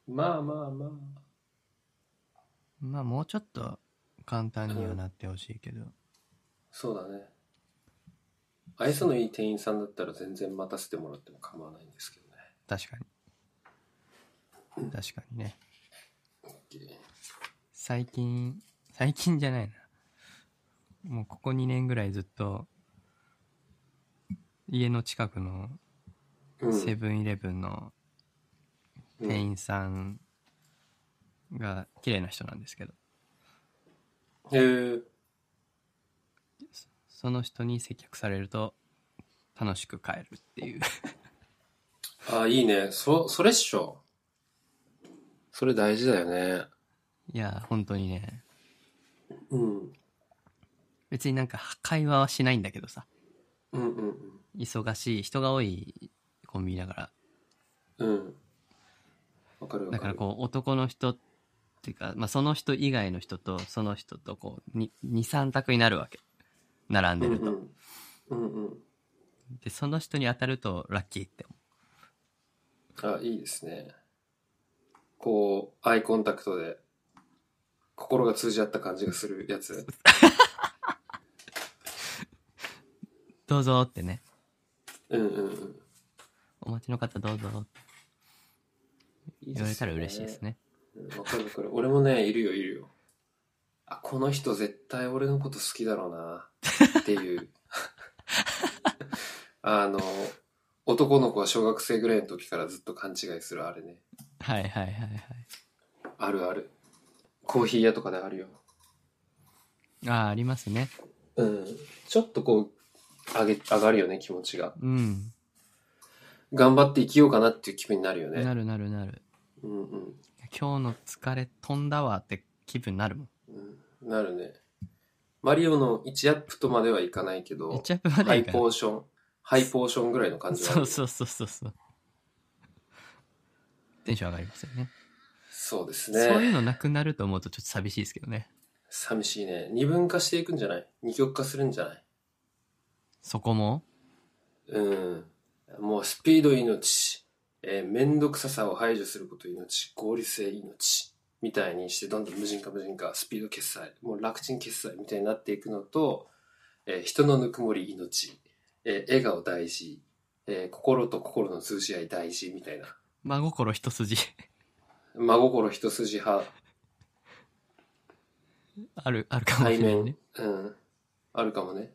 まあまあまあ。まあ、もうちょっと簡単にはなってほしいけど。そうだね。愛想のいい店員さんだったら全然待たせてもらっても構わないんですけどね。確かに。確かにね。最近、最近じゃないな。もうここ2年ぐらいずっと、家の近くのうんセブンイレブンの店員さんが綺麗な人なんですけど、うんへえその人に接客されると楽しく帰るっていう ああ、いいね。そ、それっしょ。それ大事だよね。いや本当にねうん。別になんか会話はしないんだけどさうんうん忙しい人が多いコンビニだからうん。うん。わかるわかる。だからこう男の人っていうか、まあ、その人以外の人とその人とこう23択になるわけ並んでると、うんうん。うんうん。でその人に当たるとラッキーって思あ、いいですね。こう、アイコンタクトで、心が通じ合った感じがするやつ。うどうぞってねうんうんうん。お待ちの方どうぞっていいで言すねわれたら嬉しいです。ねうんわかるわかる。俺もね、いるよ、いるよ。あ、この人絶対俺のこと好きだろうな、っていう。あの、男の子は小学生ぐらいの時からずっと勘違いするあれね。はいはいはいはいあるある。コーヒー屋とかであるよ。ああありますねうん。ちょっとこう、上げ、上がるよね、気持ちが。うん頑張って生きようかなっていう気分になるよね。なるなるなるうんうん。今日の疲れ飛んだわって気分になるもんうん、なるね。マリオの1アップとまではいかないけど、 1アップまでハはいイかポーション、ハイポーションぐらいの感じはあるそようねそうそうそうそうテンション上がりますよねそうですそういうね。のなくなると思うとちょっと寂しいですけどね寂しいね。二分化していくんじゃない二極化するんじゃないそこもうん。もうスピード命、えー、めんどくささを排除すること命、合理性命、みたいにして、どんどん無人化無人化、スピード決済、もう楽ちん決済みたいになっていくのと、えー人のぬくもり命、えー笑顔大事、えー心と心の通じ合い大事みたいな。真心一筋 真心一筋派、あるあるかもし対れない面ね、うん、あるかもね。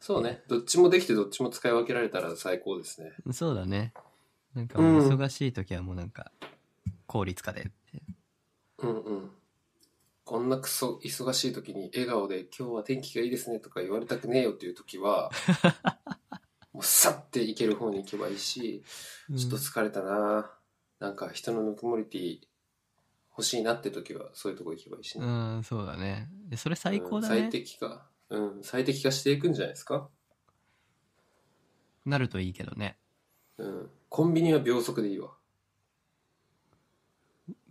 そうね。どっちもできてどっちも使い分けられたら最高ですね。そうだねなんかもううん忙しい時はもうなんか効率化でってうんうん。こんなクソ忙しい時に笑顔で今日は天気がいいですねとか言われたくねえよっていう 時は、もうさっていける方に行けばいいし、ちょっと疲れたな、なんか人のぬくもりティ欲しいなって時はそういうとこ行けばいいしうね。ん、うんそうだねいやそれ最高だうん最ね適化。うん、最適化していくんじゃないですか。なるといいけどねうん。コンビニは秒速でいいわ。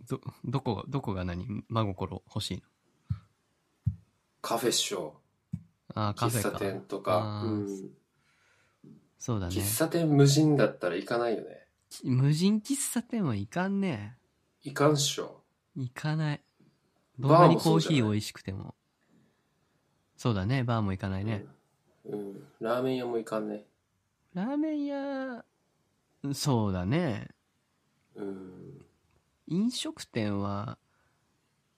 どどこがどこが何真心欲しいのカフェっしょ。あーカフ喫ェ茶か店とかあ。ーうんそうだね喫茶店無人だったら行かないよね。無人喫茶店は行かんね行かんっしょ。行かないどんなバーにもコそーうじゃヒないー美味しくてもそうだねバーも行かないね、うん。うん。ラーメン屋も行かんね。ラーメン屋そうだねうん。飲食店は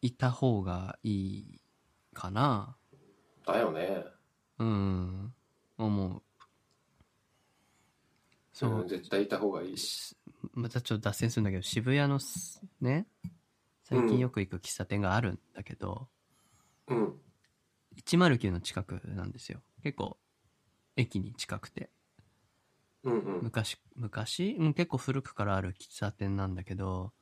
いた方がいいかなだよね。うん思うそんう、絶対行った方がいい。しまたちょっと脱線するんだけど渋谷のすね最う近んよく行く喫茶店があるんだけど、うん。 109の近くなんですよ結構駅に近くてうんうん。昔昔、うん、結構古くからある喫茶店なんだけど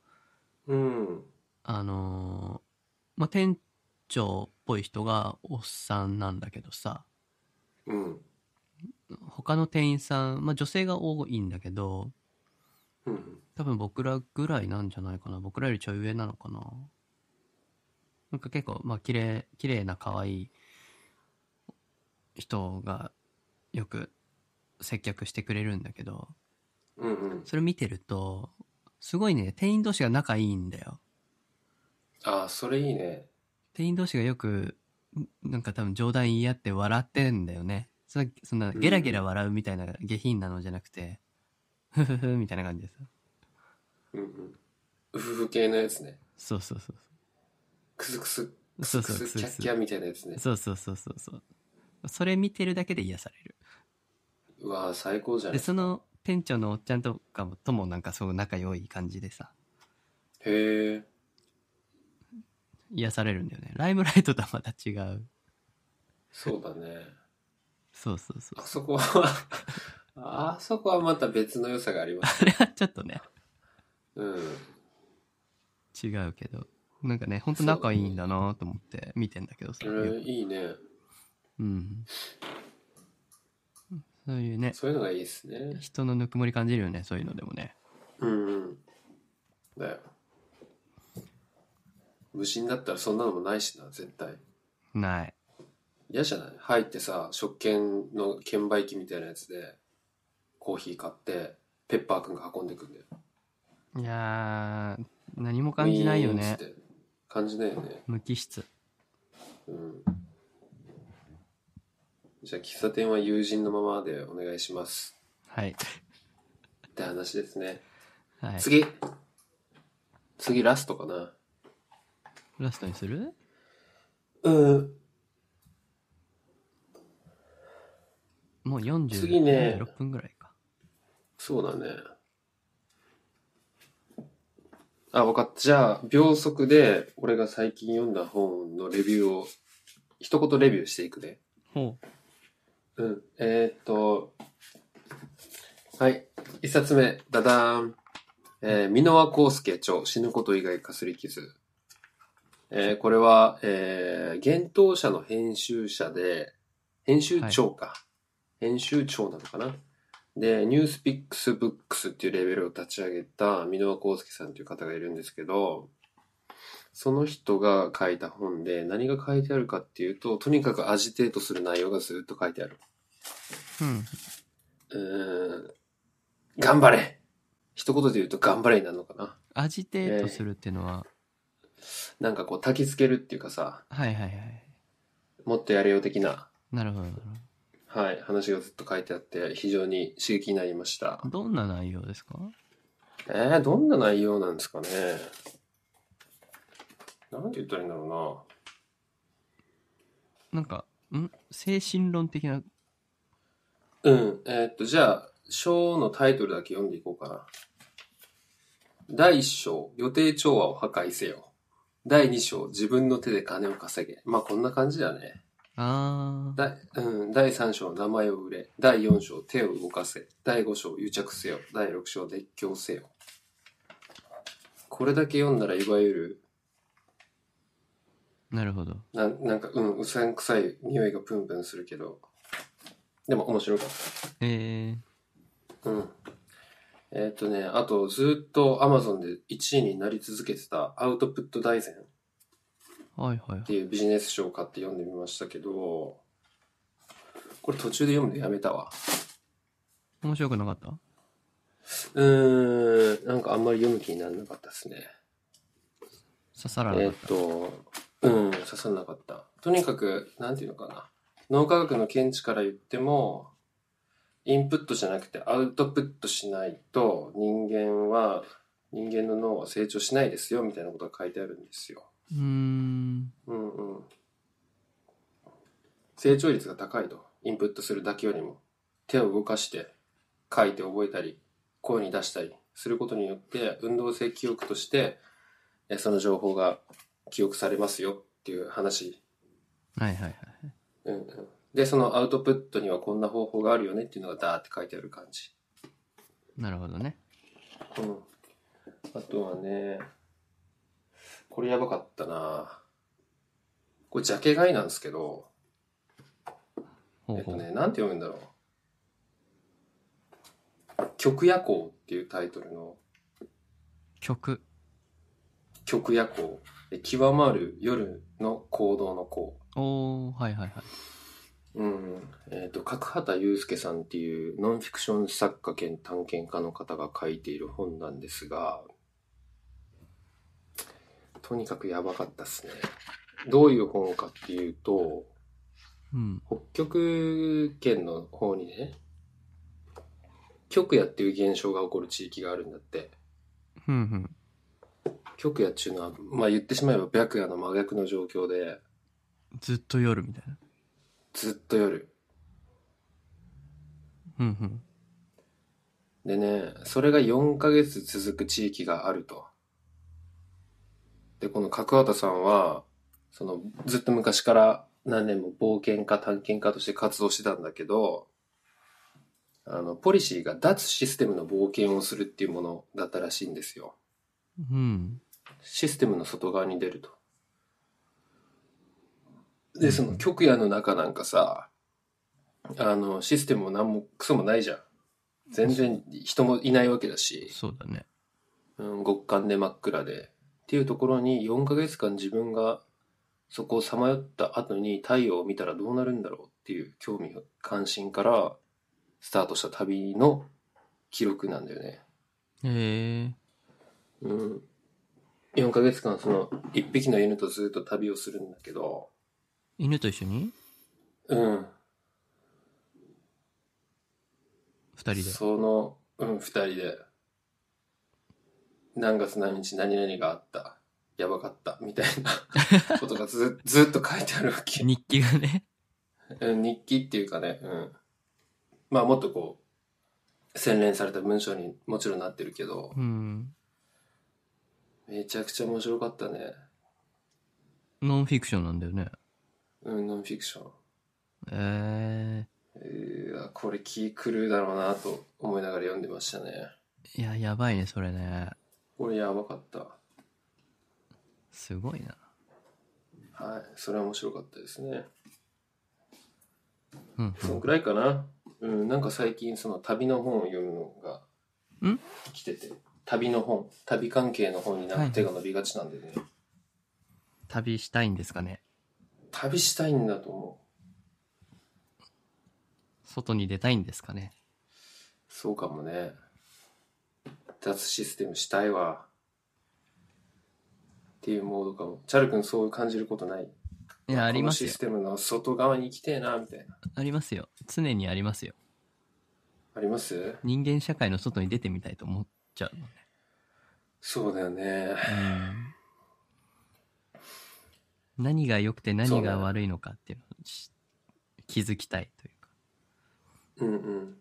うん。あのーまあ店長っぽい人がおっさんなんだけどさうん。他の店員さん、まあ、女性が多いんだけどうん。多分僕らぐらいなんじゃないかな僕らよりちょい上なのかななんか結構まあ綺麗綺麗な可愛い人がよく接客してくれるんだけどうんうん。それ見てるとすごいね店員同士が仲いいんだよああ、それいいね。店員同士がよくんなんか多分冗談言い合って笑ってんだよねそんなそんなゲラゲラ笑うみたいな下品なのじゃなくてふふふみたいな感じでさうんうん。夫婦系のやつね。そうそうそうクスクス、クそスうクそうス、そキうャッキャみたいなやつね。そうそうそうそうそうそれ見てるだけで癒されるうわあ、最高じゃなでいその店長のおっちゃんとかもともなんかすごい仲良い感じでさへえ。癒されるんだよねライムライトとはまた違うそうだね。そうそうそうあ。そこは、 あそこはまた別の良さがあります。それは ちょっとね、うん。違うけど。なんかね、ほんと仲いいんだなと思って見てんだけどさ。えよーくいいね。うん。そういうね、そういうのがいいですね。人のぬくもり感じるよね、そういうのでもね。うんうん。だよ。無心だったらそんなのもないしな、絶対。ない。嫌じゃない入ってさ、食券の券売機みたいなやつで、コーヒー買って、ペッパーくんが運んでくんだよ。いやー、何も感じないよねウィ。ーンっつって。感じないよね。無機質。うん。じゃあ、喫茶店は友人のままでお願いします。はい。って話ですね。はい。次次ラストかな。ラストにするうん。もう40次ね46分ぐらいか。そうだね。あ、分かった。じゃあ、秒速で俺が最近読んだ本のレビューを、一言レビューしていくね。ほうん。えーっと、はい。一冊目、ダダーン。えー、箕輪康介著、死ぬこと以外かすり傷。えーこれは、えー、幻冬舎の編集者で、編集長か。編集長なのかなで、ニュースピックスブックスっていうレベルを立ち上げた箕輪康介さんという方がいるんですけど、その人が書いた本で何が書いてあるかっていうと、とにかくアジテートする内容がずっと書いてある。う。うん。うーん。頑張れ一言で言うと頑張れになるのかな。アジテートするっていうのは、なんかこう焚きつけるっていうかさ、はいはいはい。もっとやれよ的な、なるほどなるはい、話がずっと書いてあって、非常に刺激になりましたほ。ど。どんな内容ですかえー、どんな内容なんですかね。なんて言ったらいいんだろなんか、ん精神論的な。うな。うん。えーっと、じゃあ、章のタイトルだけ読んでいこうかな。第1章、予定調和を破壊せよ。第2章、自分の手で金を稼げ。まあ、こんな感じだね。あー。だうん、第3章、名前を売れ。第4章、手を動かせ。第5章、癒着せよ。第6章、熱狂せよ。これだけ読んだら、いわゆる、なるほど。なんなんか、うん、うさんくさい匂いがプンプンするけど、でも面白かっえた。うん。えーっとね、あと、ずっと Amazon で1位になり続けてた、アウトプット大全。ー、はいはいっ。ていうビジネス書を買って読んでみましたけど、これ途中で読むのやめたわ。面白くなかったうーん、なんかあんまり読む気にならなかったですね。刺さらなえかーっ。ったと、うん、刺さんなかった。とにかく、なんていうのかな。脳科学の見地から言っても、インプットじゃなくてアウトプットしないと人間は、人間の脳は成長しないですよ、みたいなことが書いてあるんですよ。うーん。うんうん。成長率が高いと。インプットするだけよりも。手を動かして、書いて覚えたり、声に出したりすることによって、運動性記憶として、えその情報が記憶されますよっていう話。はいはいはい。うんうん、で、そのアウトプットにはこんな方法があるよねっていうのがダーって書いてある感じ。なるほどね。うん。あとはね、これやばかったなこれ、ジャケ買いなんですけど、ほえうっとほう。ね、なんて読むんだろう。極夜行っていうタイトルの曲。極夜行。で極まる夜の行動の行。おー、はいはいはい。うん。えっ、と、角畑祐介さんっていうノンフィクション作家兼探検家の方が書いている本なんですが、とにかくやばかったっすね。どういう本かっていうと、うん。北極圏の方にね極夜っていう現象が起こる地域があるんだってふんふん。極夜っていうのは、まあ、言ってしまえば白夜の真逆の状況でずっと夜みたいな。ずっと夜ふんふん。でねそれが4ヶ月続く地域があるとでこの角畑さんはそのずっと昔から何年も冒険家探検家として活動してたんだけどあのポリシーが脱システムの冒険をするっていうものだったらしいんですようん。システムの外側に出るとでその極夜の中なんかさあのシステムも何もクソもないじゃん全然人もいないわけだしそうだね。うん、極寒で真っ暗で。っていうところに4ヶ月間自分がそこをさまよった後に太陽を見たらどうなるんだろうっていう興味、関心からスタートした旅の記録なんだよね。へえ。うん。4ヶ月間その1匹の犬とずっと旅をするんだけど、犬と一緒にうん。二人で。その、うん、2人で何月何日何々があった。やばかった。みたいなことがずずっと書いてあるわけ。日記がね。うん日記っていうかね、うん、まあもっとこう洗練された文章にもちろんなってるけど うん。めちゃくちゃ面白かったね、ノンフィクションなんだよね。うん、ノンフィクションえうーわこれ気狂うだろうなと思いながら読んでましたねえ。いや、やばいね、それね。これやばかったすごいな。はいそれは面白かったですねうん、そのくらいかなうんなんか最近その旅の本を読むのがん来てて旅の本旅関係の本になんか手が伸びがちなんでね、旅したいんですかね。旅したいんだと思う外に出たいんですかね。そうかもね。脱システムしたいわ。っていうモードかも。チャル君そう感じることないいや、ありますこのよシス。テムの外側に行きてえな、みたいな。ありますよ。常にありますよ。あります人間社会の外に出てみたいと思っちゃうのね。そうだよね。うん。何が良くてそう何だがね悪いのかっていうのをし気づきたいというか。うんうん。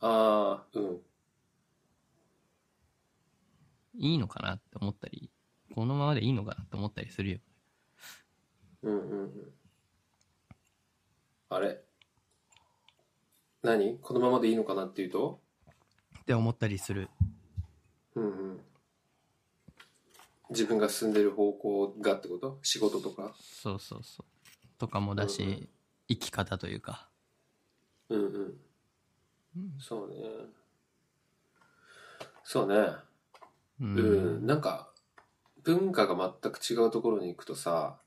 ああ、うん。いいのかなって思ったり、このままでいいのかなって思ったりするよ。うんうんうん。あれ何このままでいいのかなっていうとって思ったりする。うんうん。自分が進んでる方向がってこと仕事とかそうそうそう。とかもだし、うんうん生き方というか。うんうん。うんそうね。そうね。ううん、なんか、文化が全く違うところに行くとさ、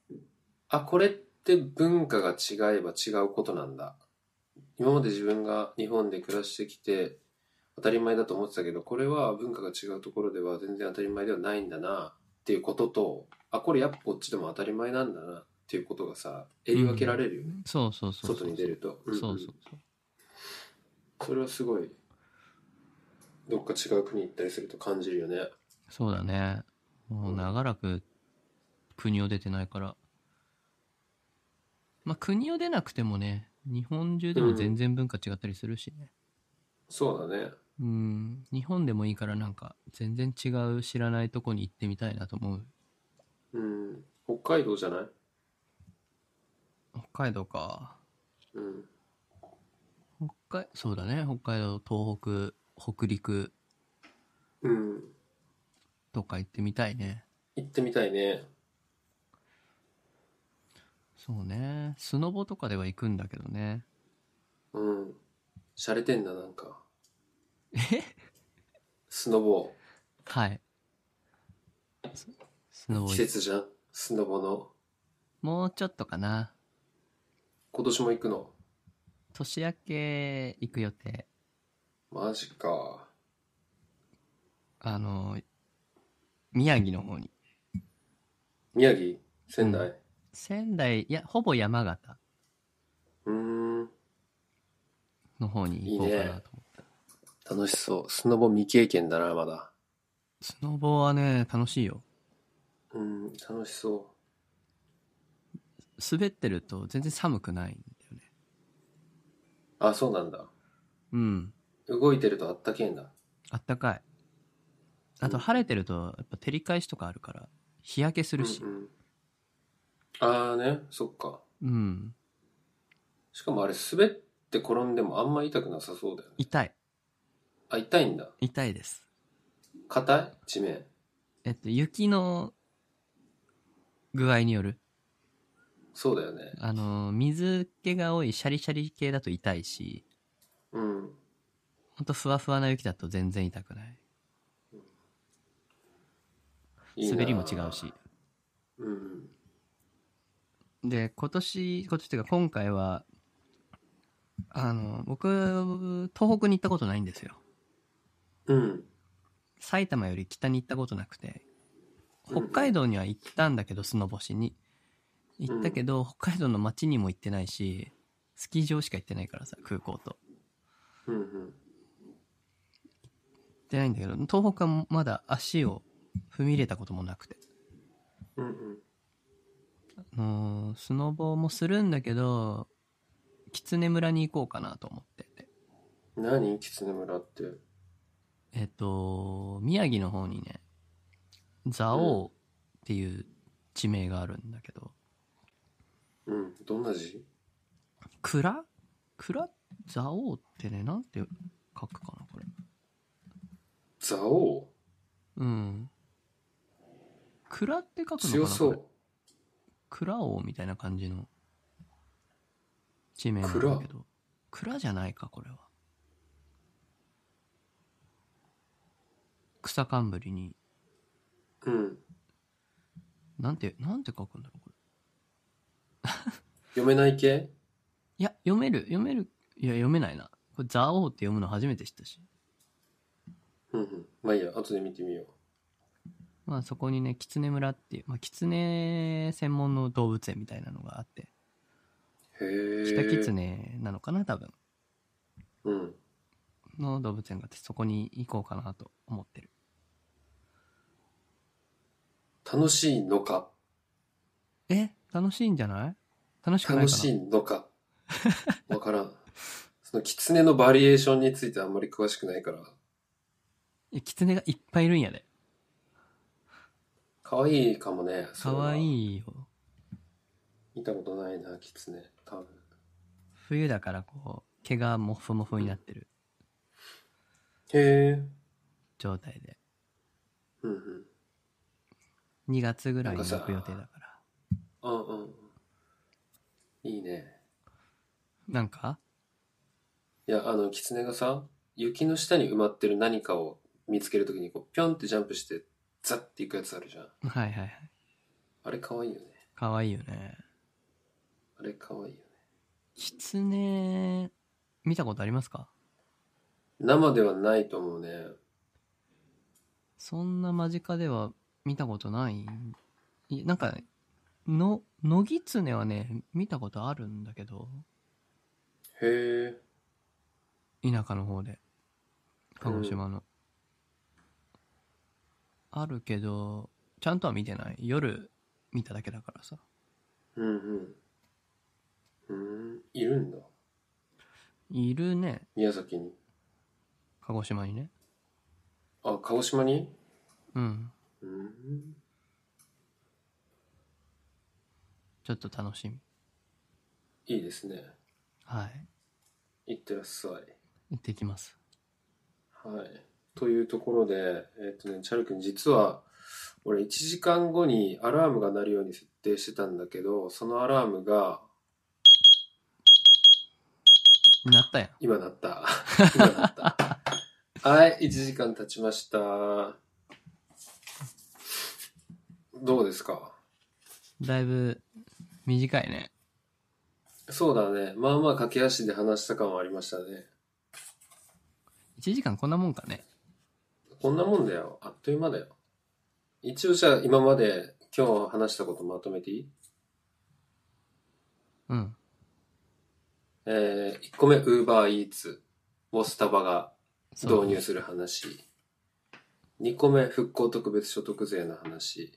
あ、これって文化が違えば違うことなんだ。今まで自分が日本で暮らしてきて、当たり前だと思ってたけど、これは文化が違うところでは全然当たり前ではないんだな、っていうことと、あ、これやっぱこっちでも当たり前なんだな、っていうことがさ、えり分けられるよね。そうそうそうそう。外に出ると。そうそうそう。それはすごいどっか違う国行ったりすると感じるよねそうだね。もう長らく国を出てないから。まあ国を出なくてもね、日本中でも全然文化違ったりするしね。そうだねうん、日本でもいいからなんか全然違う知らないとこに行ってみたいなと思う。うん北海道じゃない北海道か。うん北海、そうだね。北海道、東北、北陸うんとか行ってみたいね。行ってみたいねそうね。スノボとかでは行くんだけどね。うん洒落てんだなんかスノボはい。ススノボ季行節じゃんスノボのもうちょっとかな。今年も行くの年明け行く予定。マジかあの、宮城の方に。宮城仙台仙台、いや、ほぼ山形うんの方に行こうかなと思って。楽しそうスノボ未経験だなまだスノボはね、楽しいよ。うん楽しそ滑ってると全然寒くないんだよね。うあそうなんだうん。動いてるとあったけえんだあったかい。あと、晴れてると、やっぱ照り返しとかあるから、日焼けするしう。んうん、ああねそっかうん。しかもあれ滑って転んでもあんま痛くなさそうだよね。痛い。あ、痛いんだ。痛いです。硬い地面。えっと、雪の具合による。そうだよね。あの、水気が多いシャリシャリ系だと痛いし、うん。ほんとふわふわな雪だと全然痛くない。いいな滑りも違うし。。うん。で、今年、今年っていうか今回は、あの、僕、東北に行ったことないんですよ。うん。埼玉より北に行ったことなくて、北海道には行ったんだけど、スノボしに。行ったけど、北海道の町にも行ってないし、スキー場しか行ってないからさ、空港と。うんうん。行ってないんだけど、東北はまだ足を踏み入れたこともなくて。うんうん。あのースノボもするんだけど、狐村に行こうかなと思ってて。何狐村って。えっと、宮城の方にね、蔵王っていう地名があるんだけど、うん。どんな字蔵蔵蔵王ってね、なんて書くかな、これ。蔵王うん。蔵って書くのかな強そこれう。蔵王みたいな感じの地名なんだけど。蔵じゃないか、これは。草冠に、うん。なんて、なんて書くんだろう、これ。読めない系いや、読める、読める、いや、読めないな。これ、ザオーって読むの初めて知ったし。うんうん。まあいいや、後で見てみよまあ、そこにね、キツネ村っていう、まあ、キツネ専門の動物園みたいなのがあって、う。へえ。キタキツネなのかな、多分、うん。の動物園があって、そこに行こうかなと思ってる。楽しいのかえ楽しいんじゃない楽しくないかな楽しいのかわからん。 その狐のバリエーションについてあんまり詳しくないから。いやキツネがいっぱいいるんやで。可愛いかもね。そかれはわいいよ。見たことないな、狐。多分。冬だから、こう、毛がもふもふになってるへえ。状態で。うんうん。 2月ぐらいになんか行さく予定だから。うんうんうん。いいね。なんかいや、あの、狐がさ、雪の下に埋まってる何かを見つけるときに、こう、ぴょんってジャンプして、ザッていくやつあるじゃん。はいはいはい。あれ可愛いよね。かわいいよね。あれ可愛いよね。キツネ、見たことありますか生ではないと思うね。そんな間近では見たことない。いなんか、の、野ギツネはね、見たことあるんだけど、へえ。田舎の方で。鹿児島の。あるけど、ちゃんとは見てない。夜見ただけだからさ。うんうん。うーん、いるんだ。いるね、宮崎に。鹿児島にね。あ、鹿児島にうん。うーん。ちょっと楽しみ。いいですね。はい。いってらっしゃい。行ってきます。はい。というところで、えっ、とね、チャル君、実は、俺1時間後にアラームが鳴るように設定してたんだけど、そのアラームが、なったやん。今鳴った。今鳴った。はい、1時間経ちました。どうですかだいぶ短いね。そうだね。まあまあ駆け足で話した感はありましたね。 1時間こんなもんかね。こんなもんだよ。あっという間だよ。一応じゃあ今まで今日話したことまとめていいうん。えー、1個目、UberEats をスタバが導入する話。2個目、復興特別所得税の話。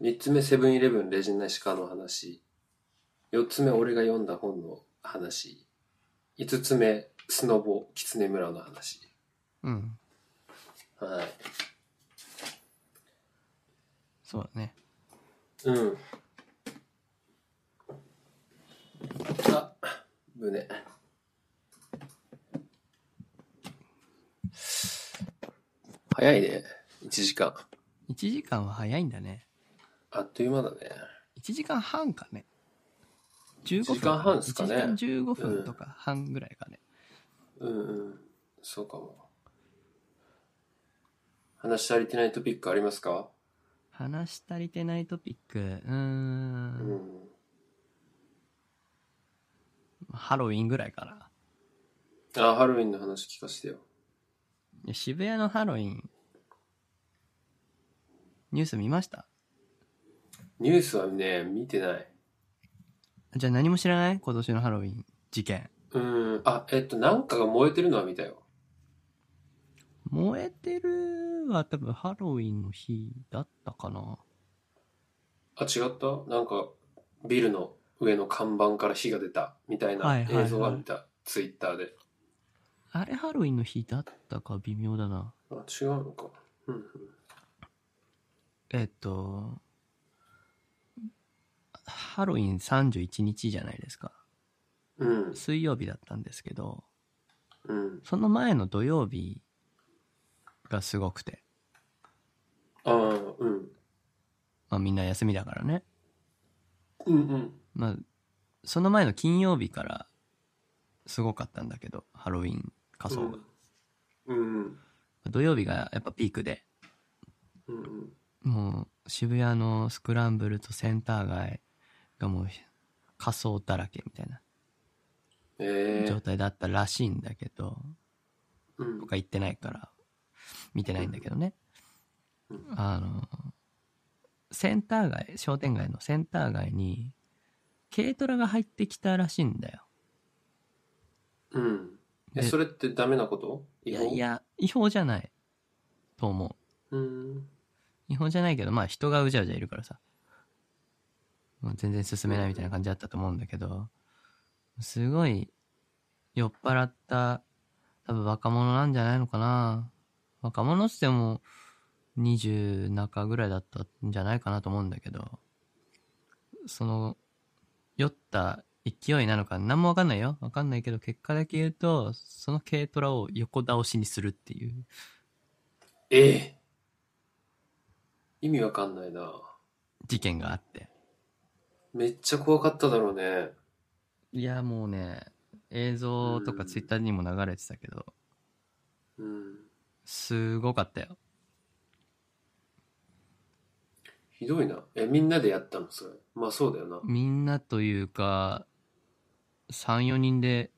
3つ目、セブンイレブンレジンナシカの話。4つ目、俺が読んだ本の話。5つ目、スノボ、キツネ村の話。うん。はい。そうだね。うん。早いね。1時間。 1時間は早いんだね。あっという間だね。 1時間半かね。15分。一時間半っすかね1時間15分とか半ぐらいかね。うんうん。そうかも。話し足りてないトピックありますか話し足りてないトピック。うー。うんん。ハロウィンぐらいかな。あ、ハロウィンの話聞かせてよ。いや渋谷のハロウィン、ニュース見ましたニュースはね、見てない。じゃあ何も知らない今年のハロウィン事件。うん。あ、えっと、なんかが燃えてるのは見たよ。燃えてるは多分ハロウィンの日だったかな。あ、違ったなんか、ビルの上の看板から火が出た、みたいはないはいはい映像が見た。ツイッターで。あれハロウィンの日だったか微妙だな。あ、違うのか。うんうん。えっと、ハロウィン31日じゃないですか。うん。水曜日だったんですけど、うん。その前の土曜日がすごくて、ああ、うん。まあみんな休みだからね。うんうん。まあ、その前の金曜日からすごかったんだけど、ハロウィン仮装が。うん。うん土曜日がやっぱピークで、うん。うんもう渋谷のスクランブルとセンター街がもう仮装だらけみたいなええ状態だったらしいんだけど、うん僕は行ってないから見てないんだけどねうんあのセンター街商店街のセンター街に軽トラが入ってきたらしいんだようん。え、でそれってダメなことい違や法いや違法じゃないと思うん。う違法じゃないけどまあ人がうじゃうじゃいるからさもう全然進めないみたいな感じだったと思うんだけどすごい酔っ払った多分若者なんじゃないのかな若者っつっても20中ぐらいだったんじゃないかなと思うんだけどその酔った勢いなのか何もわかんないよわかんないけど結果だけ言うとその軽トラを横倒しにするっていうええ意味わかんないな。事件があってめっちゃ怖かっただろうね。いやもうね映像とうかんツイッターにも流れてたけどうん。すごかったよひどいな。え、みんなでやったのそれ。まあそうだよな。みんなというか34人で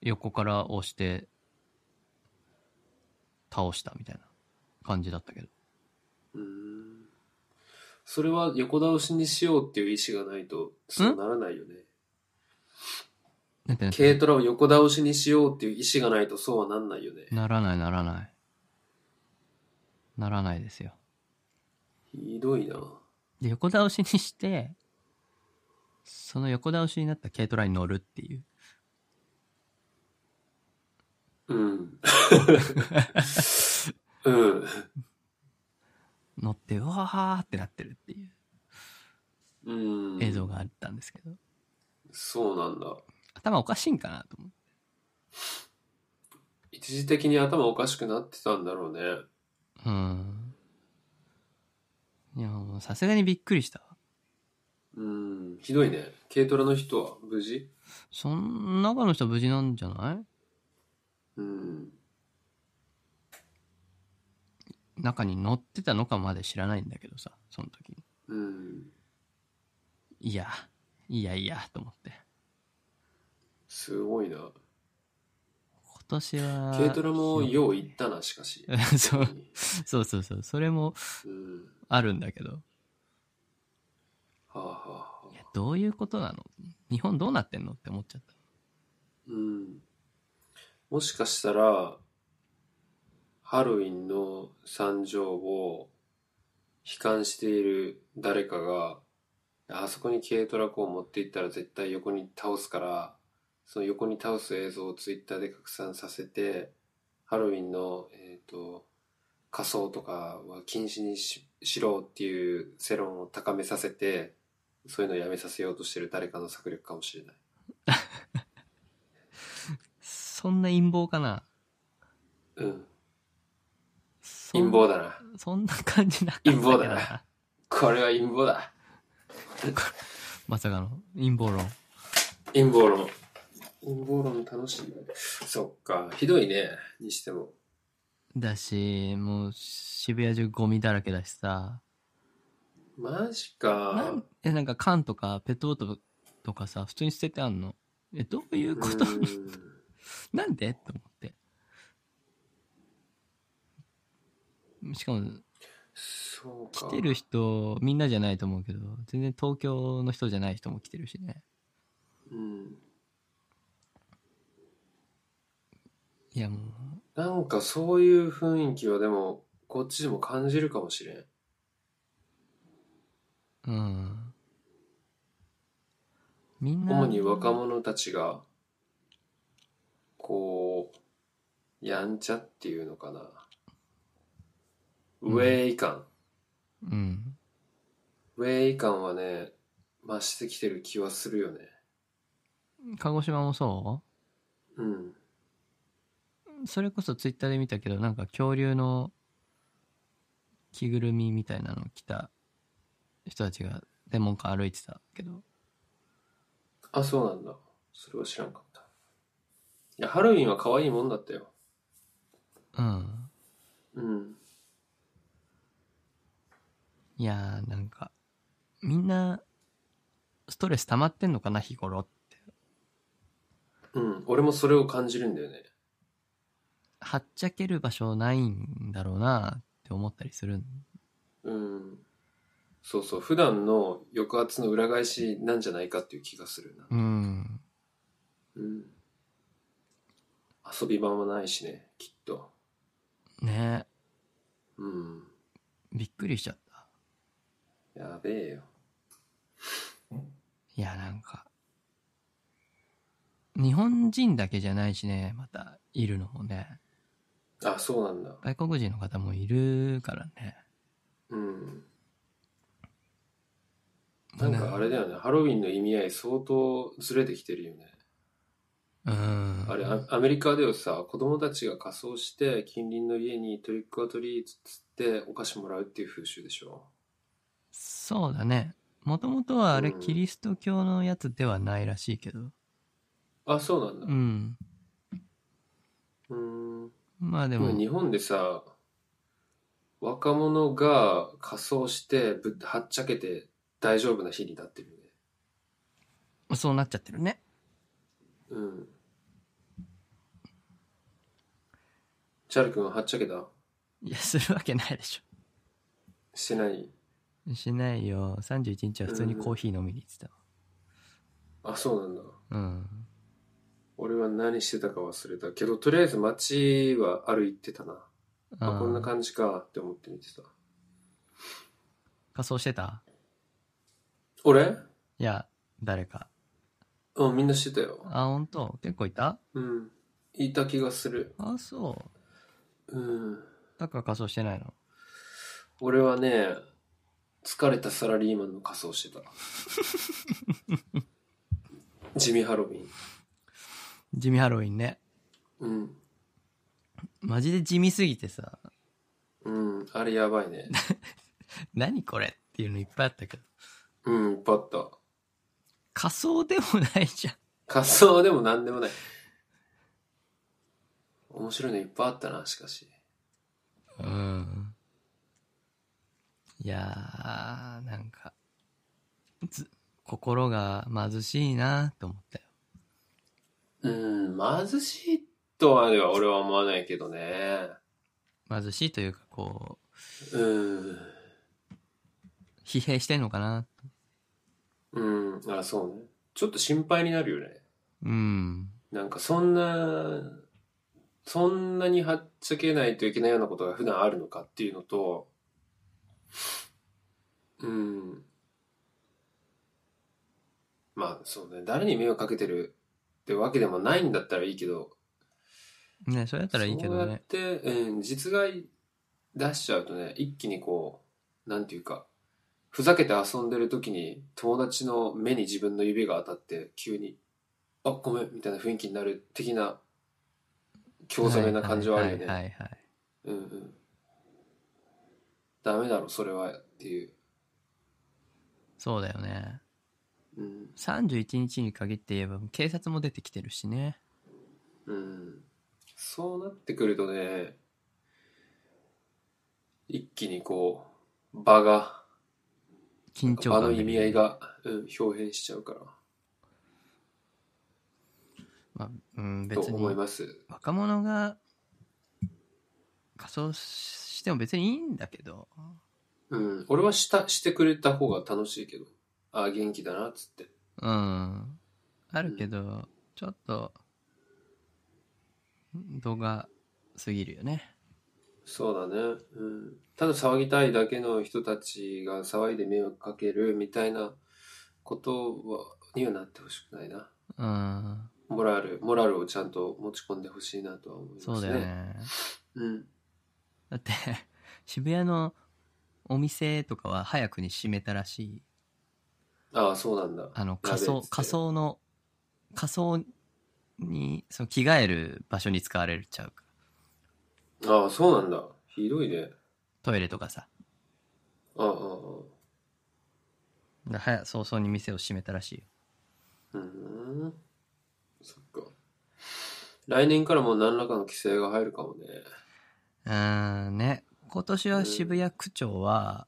横から押して倒したみたいな感じだったけどうん。それは横倒しにしようっていう意思がないと、そうならないよね。なんてなんて軽トラを横倒しにしようっていう意思がないとそうはなんないよね。ならないならないならないですよひどいな。で横倒しにしてその横倒しになった軽トラに乗るっていう うん。うん。乗ってうわーってなってるっていううん。映像があったんですけど、そうなんだ。頭おかしいんかなと思う一時的に頭おかしくなってたんだろうね。うんいやもうさすがにびっくりしたわうん。ひどいね。軽トラの人は無事そん中の人は無事なんじゃないうん。中に乗ってたのかまで知らないんだけどさその時にうん。いやいやいやと思ってすごいな。今年は軽トラもよう行ったな、しかし。 そうそうそうそうそれもうん。あるんだけどはあ、はあはいあ、やどういうことなの日本どうなってんのって思っちゃったうん。もしかしたら、ハロウィンの惨状を悲観している誰かが、あそこに軽トラを持っていったら絶対横に倒すから、その横に倒す映像をツイッターで拡散させて、ハロウィンの、えー、と仮装とかは禁止にししろっていう世論を高めさせて、そういうのをやめさせようとしてる誰かの策略かもしれない。そんな陰謀かなうん。そん陰謀だな。そんな感じなかった陰謀だなこれは陰謀だ。まさかの陰謀論陰謀論。陰謀論楽しい。そっか、ひどいね、にしても。だしもう渋谷中ゴミだらけだしさマジなかん。えなんか缶とかペットボトルとかさ普通に捨ててあんのえどういうことうにーんなんでと思ってしかもそうか。来てる人みんなじゃないと思うけど全然東京の人じゃない人も来てるしねうん。いやもうなんかそういう雰囲気はでも、こっちでも感じるかもしれん。うんみんな主に若者たちが、こう、やんちゃっていうのかな。うんウェイ感。うんウェイ感はね、増してきてる気はするよね。鹿児島もそうん。うそれこそツイッターで見たけどなんか恐竜の着ぐるみみたいなの着た人たちが天文館歩いてたけどあ、そうなんだ。それは知らんかった。いや、ハロウィンは可愛いもんだったよ。うんうん。いやーなんかみんなストレス溜まってんのかな日頃ってうん。俺もそれを感じるんだよね。はっちゃける場所ないんだろうなって思ったりするんうん。そうそう。普段の抑圧の裏返しなんじゃないかっていう気がするな。うんうん。遊び場もないしね、きっと。ねうん。びっくりしちゃったやべえよ。いやなんか日本人だけじゃないしねまたいるのもねあ、そうなんだ。外国人の方もいるからねうん。なんかあれだよね、ハロウィンの意味合い相当ずれてきてるよね。うんあれ、アアメリカではさ、子供たちが仮装して、近隣の家にトリックアトリートつってお菓子もらうっていう風習でしょ。そうだねもともとはあれうんキリスト教のやつではないらしいけどあ、そうなんだ。うんうーん。まあででもも日本でさ、若者が仮装して、ぶっはっちゃけて大丈夫な日になってるよね。そうなっちゃってるねうん。チャル君ははっちゃけたいやするわけないでしょしてないしないよ31日は普通にコーヒー飲みに行ってたわあ、そうなんだ。うん俺は何してたか忘れたけど、とりあえず街は歩いてたな。ああーこんな感じかって思って見てた。仮装してた俺いや誰かうん、みんなしてたよ。あ本当結構いたうん。いた気がする。あそううん。だから仮装してないの俺はね、疲れたサラリーマンの仮装 してた。地味ハロウィン。地味ハロウィンねうん。マジで地味すぎてさうん、あれやばいね。何これっていうのいっぱいあったけどうん、いっぱいあった。仮装でもないじゃん仮装でも何でもない。面白いのいっぱいあったな、しかし。うんいやーなんかず心が貧しいなと思ったようん、貧しいとまでは俺は思わないけどね。貧しいというかこうん。う疲弊してんのかなうん、あ、そうね。ちょっと心配になるよね。うんなんかそんな、そんなにはっちゃけないといけないようなことが普段あるのかっていうのと、うん。まあそうね、誰に迷惑かけてるってわけでもないんだったらいいけど、ねそれだったらいいけどそうやっねて、うん、実害出しちゃうとね、一気にこう、なんていうか、ふざけて遊んでる時に友達の目に自分の指が当たって急に、あ、ごめん、みたいな雰囲気になる的な、興ざめな感じはあはるよいね。はいはいはいうんうん。ダメだろそれはっていう、そうだよね。うん31日に限って言えば、警察も出てきてるしね。うん、そうなってくるとね一気にこう場が緊張感が場の意味合い。が、うん、表変しちゃうかまあ、うん、らと別思いに、ます若者が仮装しても別にいいんだけど、うん、俺はしたしてくれた方が楽しいけどああ元気だなっつってうん。あるけど、ちょっと、動画すぎるよね。そうだね、うん、ただ騒ぎたいだけの人たちが騒いで迷惑かけるみたいなことはにはなってほしくないなうん。モラルモラルをちゃんと持ち込んでほしいなとは思いますねそうだよね。うん、だって 渋谷のお店とかは早くに閉めたらしいああそうなんだあのべえ仮っ想つって仮想の仮想にその着替える場所に使われちゃうからああそうなんだひどいねトイレとかさああああああだから早早々に店を閉めたらしいようーんそっか来年からもう何らかの規制が入るかもねうーんね今年は渋谷区長は、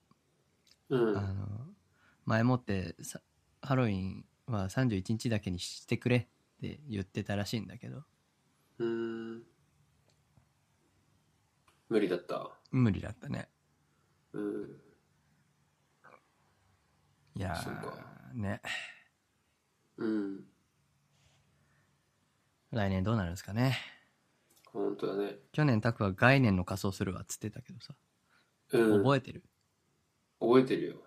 うんあの前もってさハロウィンは31日だけにしてくれって言ってたらしいんだけどうーん無理だった。無理だったねうん。いやそうーねうん。来年どうなるんですかね本当だね。去年タクは概念の仮装するわっつってたけどさうん。覚覚えてるえてるよ。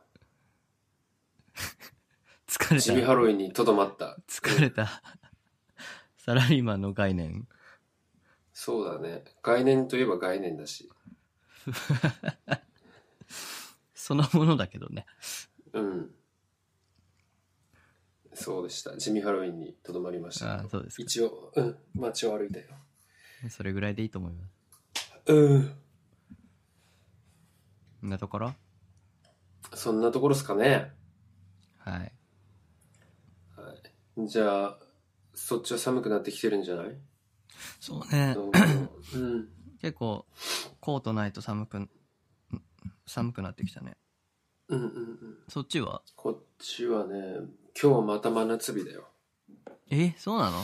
疲れチビハたロウィンにとどまった。疲れた サラリーマンの概念そうだね。概念といえば概念だし。そのものだけどねうん。そうでした。地味ハロウィンにとどまりましたあけあど。そうですか一応、うん。街を歩いたよ。それぐらいでいいと思いますうん。そんなところそんなところですかね。はいじゃあ、そっちは寒くなってきてるんじゃないそうねどうもうん。結構コートないと寒くん寒くなってきたねうんうんうん。そっちはこっちはね、今日また真夏日だよ。えそうなの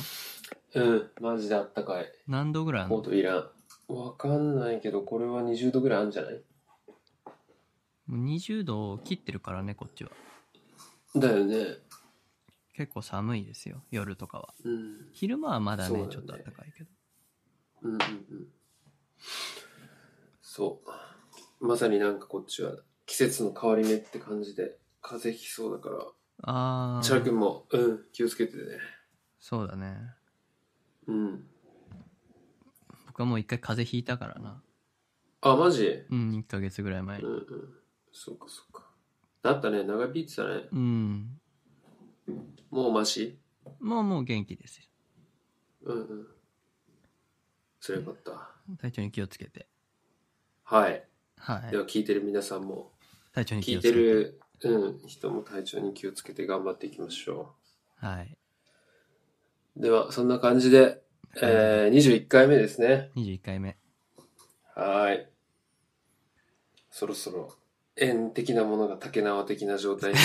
うん、マジであったかい。何度ぐらいあんコーのトいらん。わかんないけど、これは20度ぐらいあるんじゃないもう20度を切ってるからねこっちはだよね。結構寒いですよ夜とかはうん。昼間はまだそうねだねちょっと暖かいけどうんうんうん。そう。まさになんかこっちは季節の変わり目って感じで、風邪ひきそうだから、あチャラあ君も、うん、気をつけてね。そうだねうん。僕はもう一回風邪ひいたからなあ、マジうん1ヶ月ぐらい前うにんうん。そうかそうか。だったね、長引いてたね。うんもうマシもうもう元気ですようんうん。それよかった。体調に気をつけてはい。はでいは聞いてる皆さんも、体調に気聞をついけててる、うん、人も体調に気をつけて頑張っていきましょはい、う。では、そんな感じで、えー、21回目ですね。 21回目はーい。そろそろ、縁的なものが竹縄的な状態 に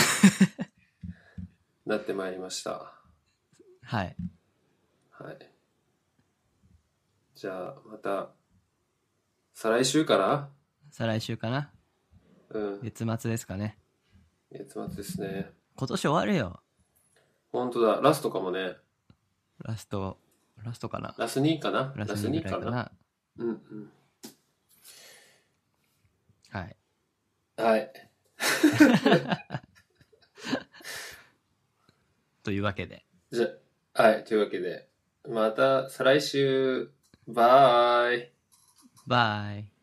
なってまいりました。はいはい。じゃあ、また、再来週から再来週かなうん、月末ですかね月末ですね。今年終わるよほんとだ、ラストかもね。ラストラストかなラス2かなラス2ぐらいかなうんうん。はいはい。というわけでじゃ、はい、というわけで、また再来週、バイ。バイ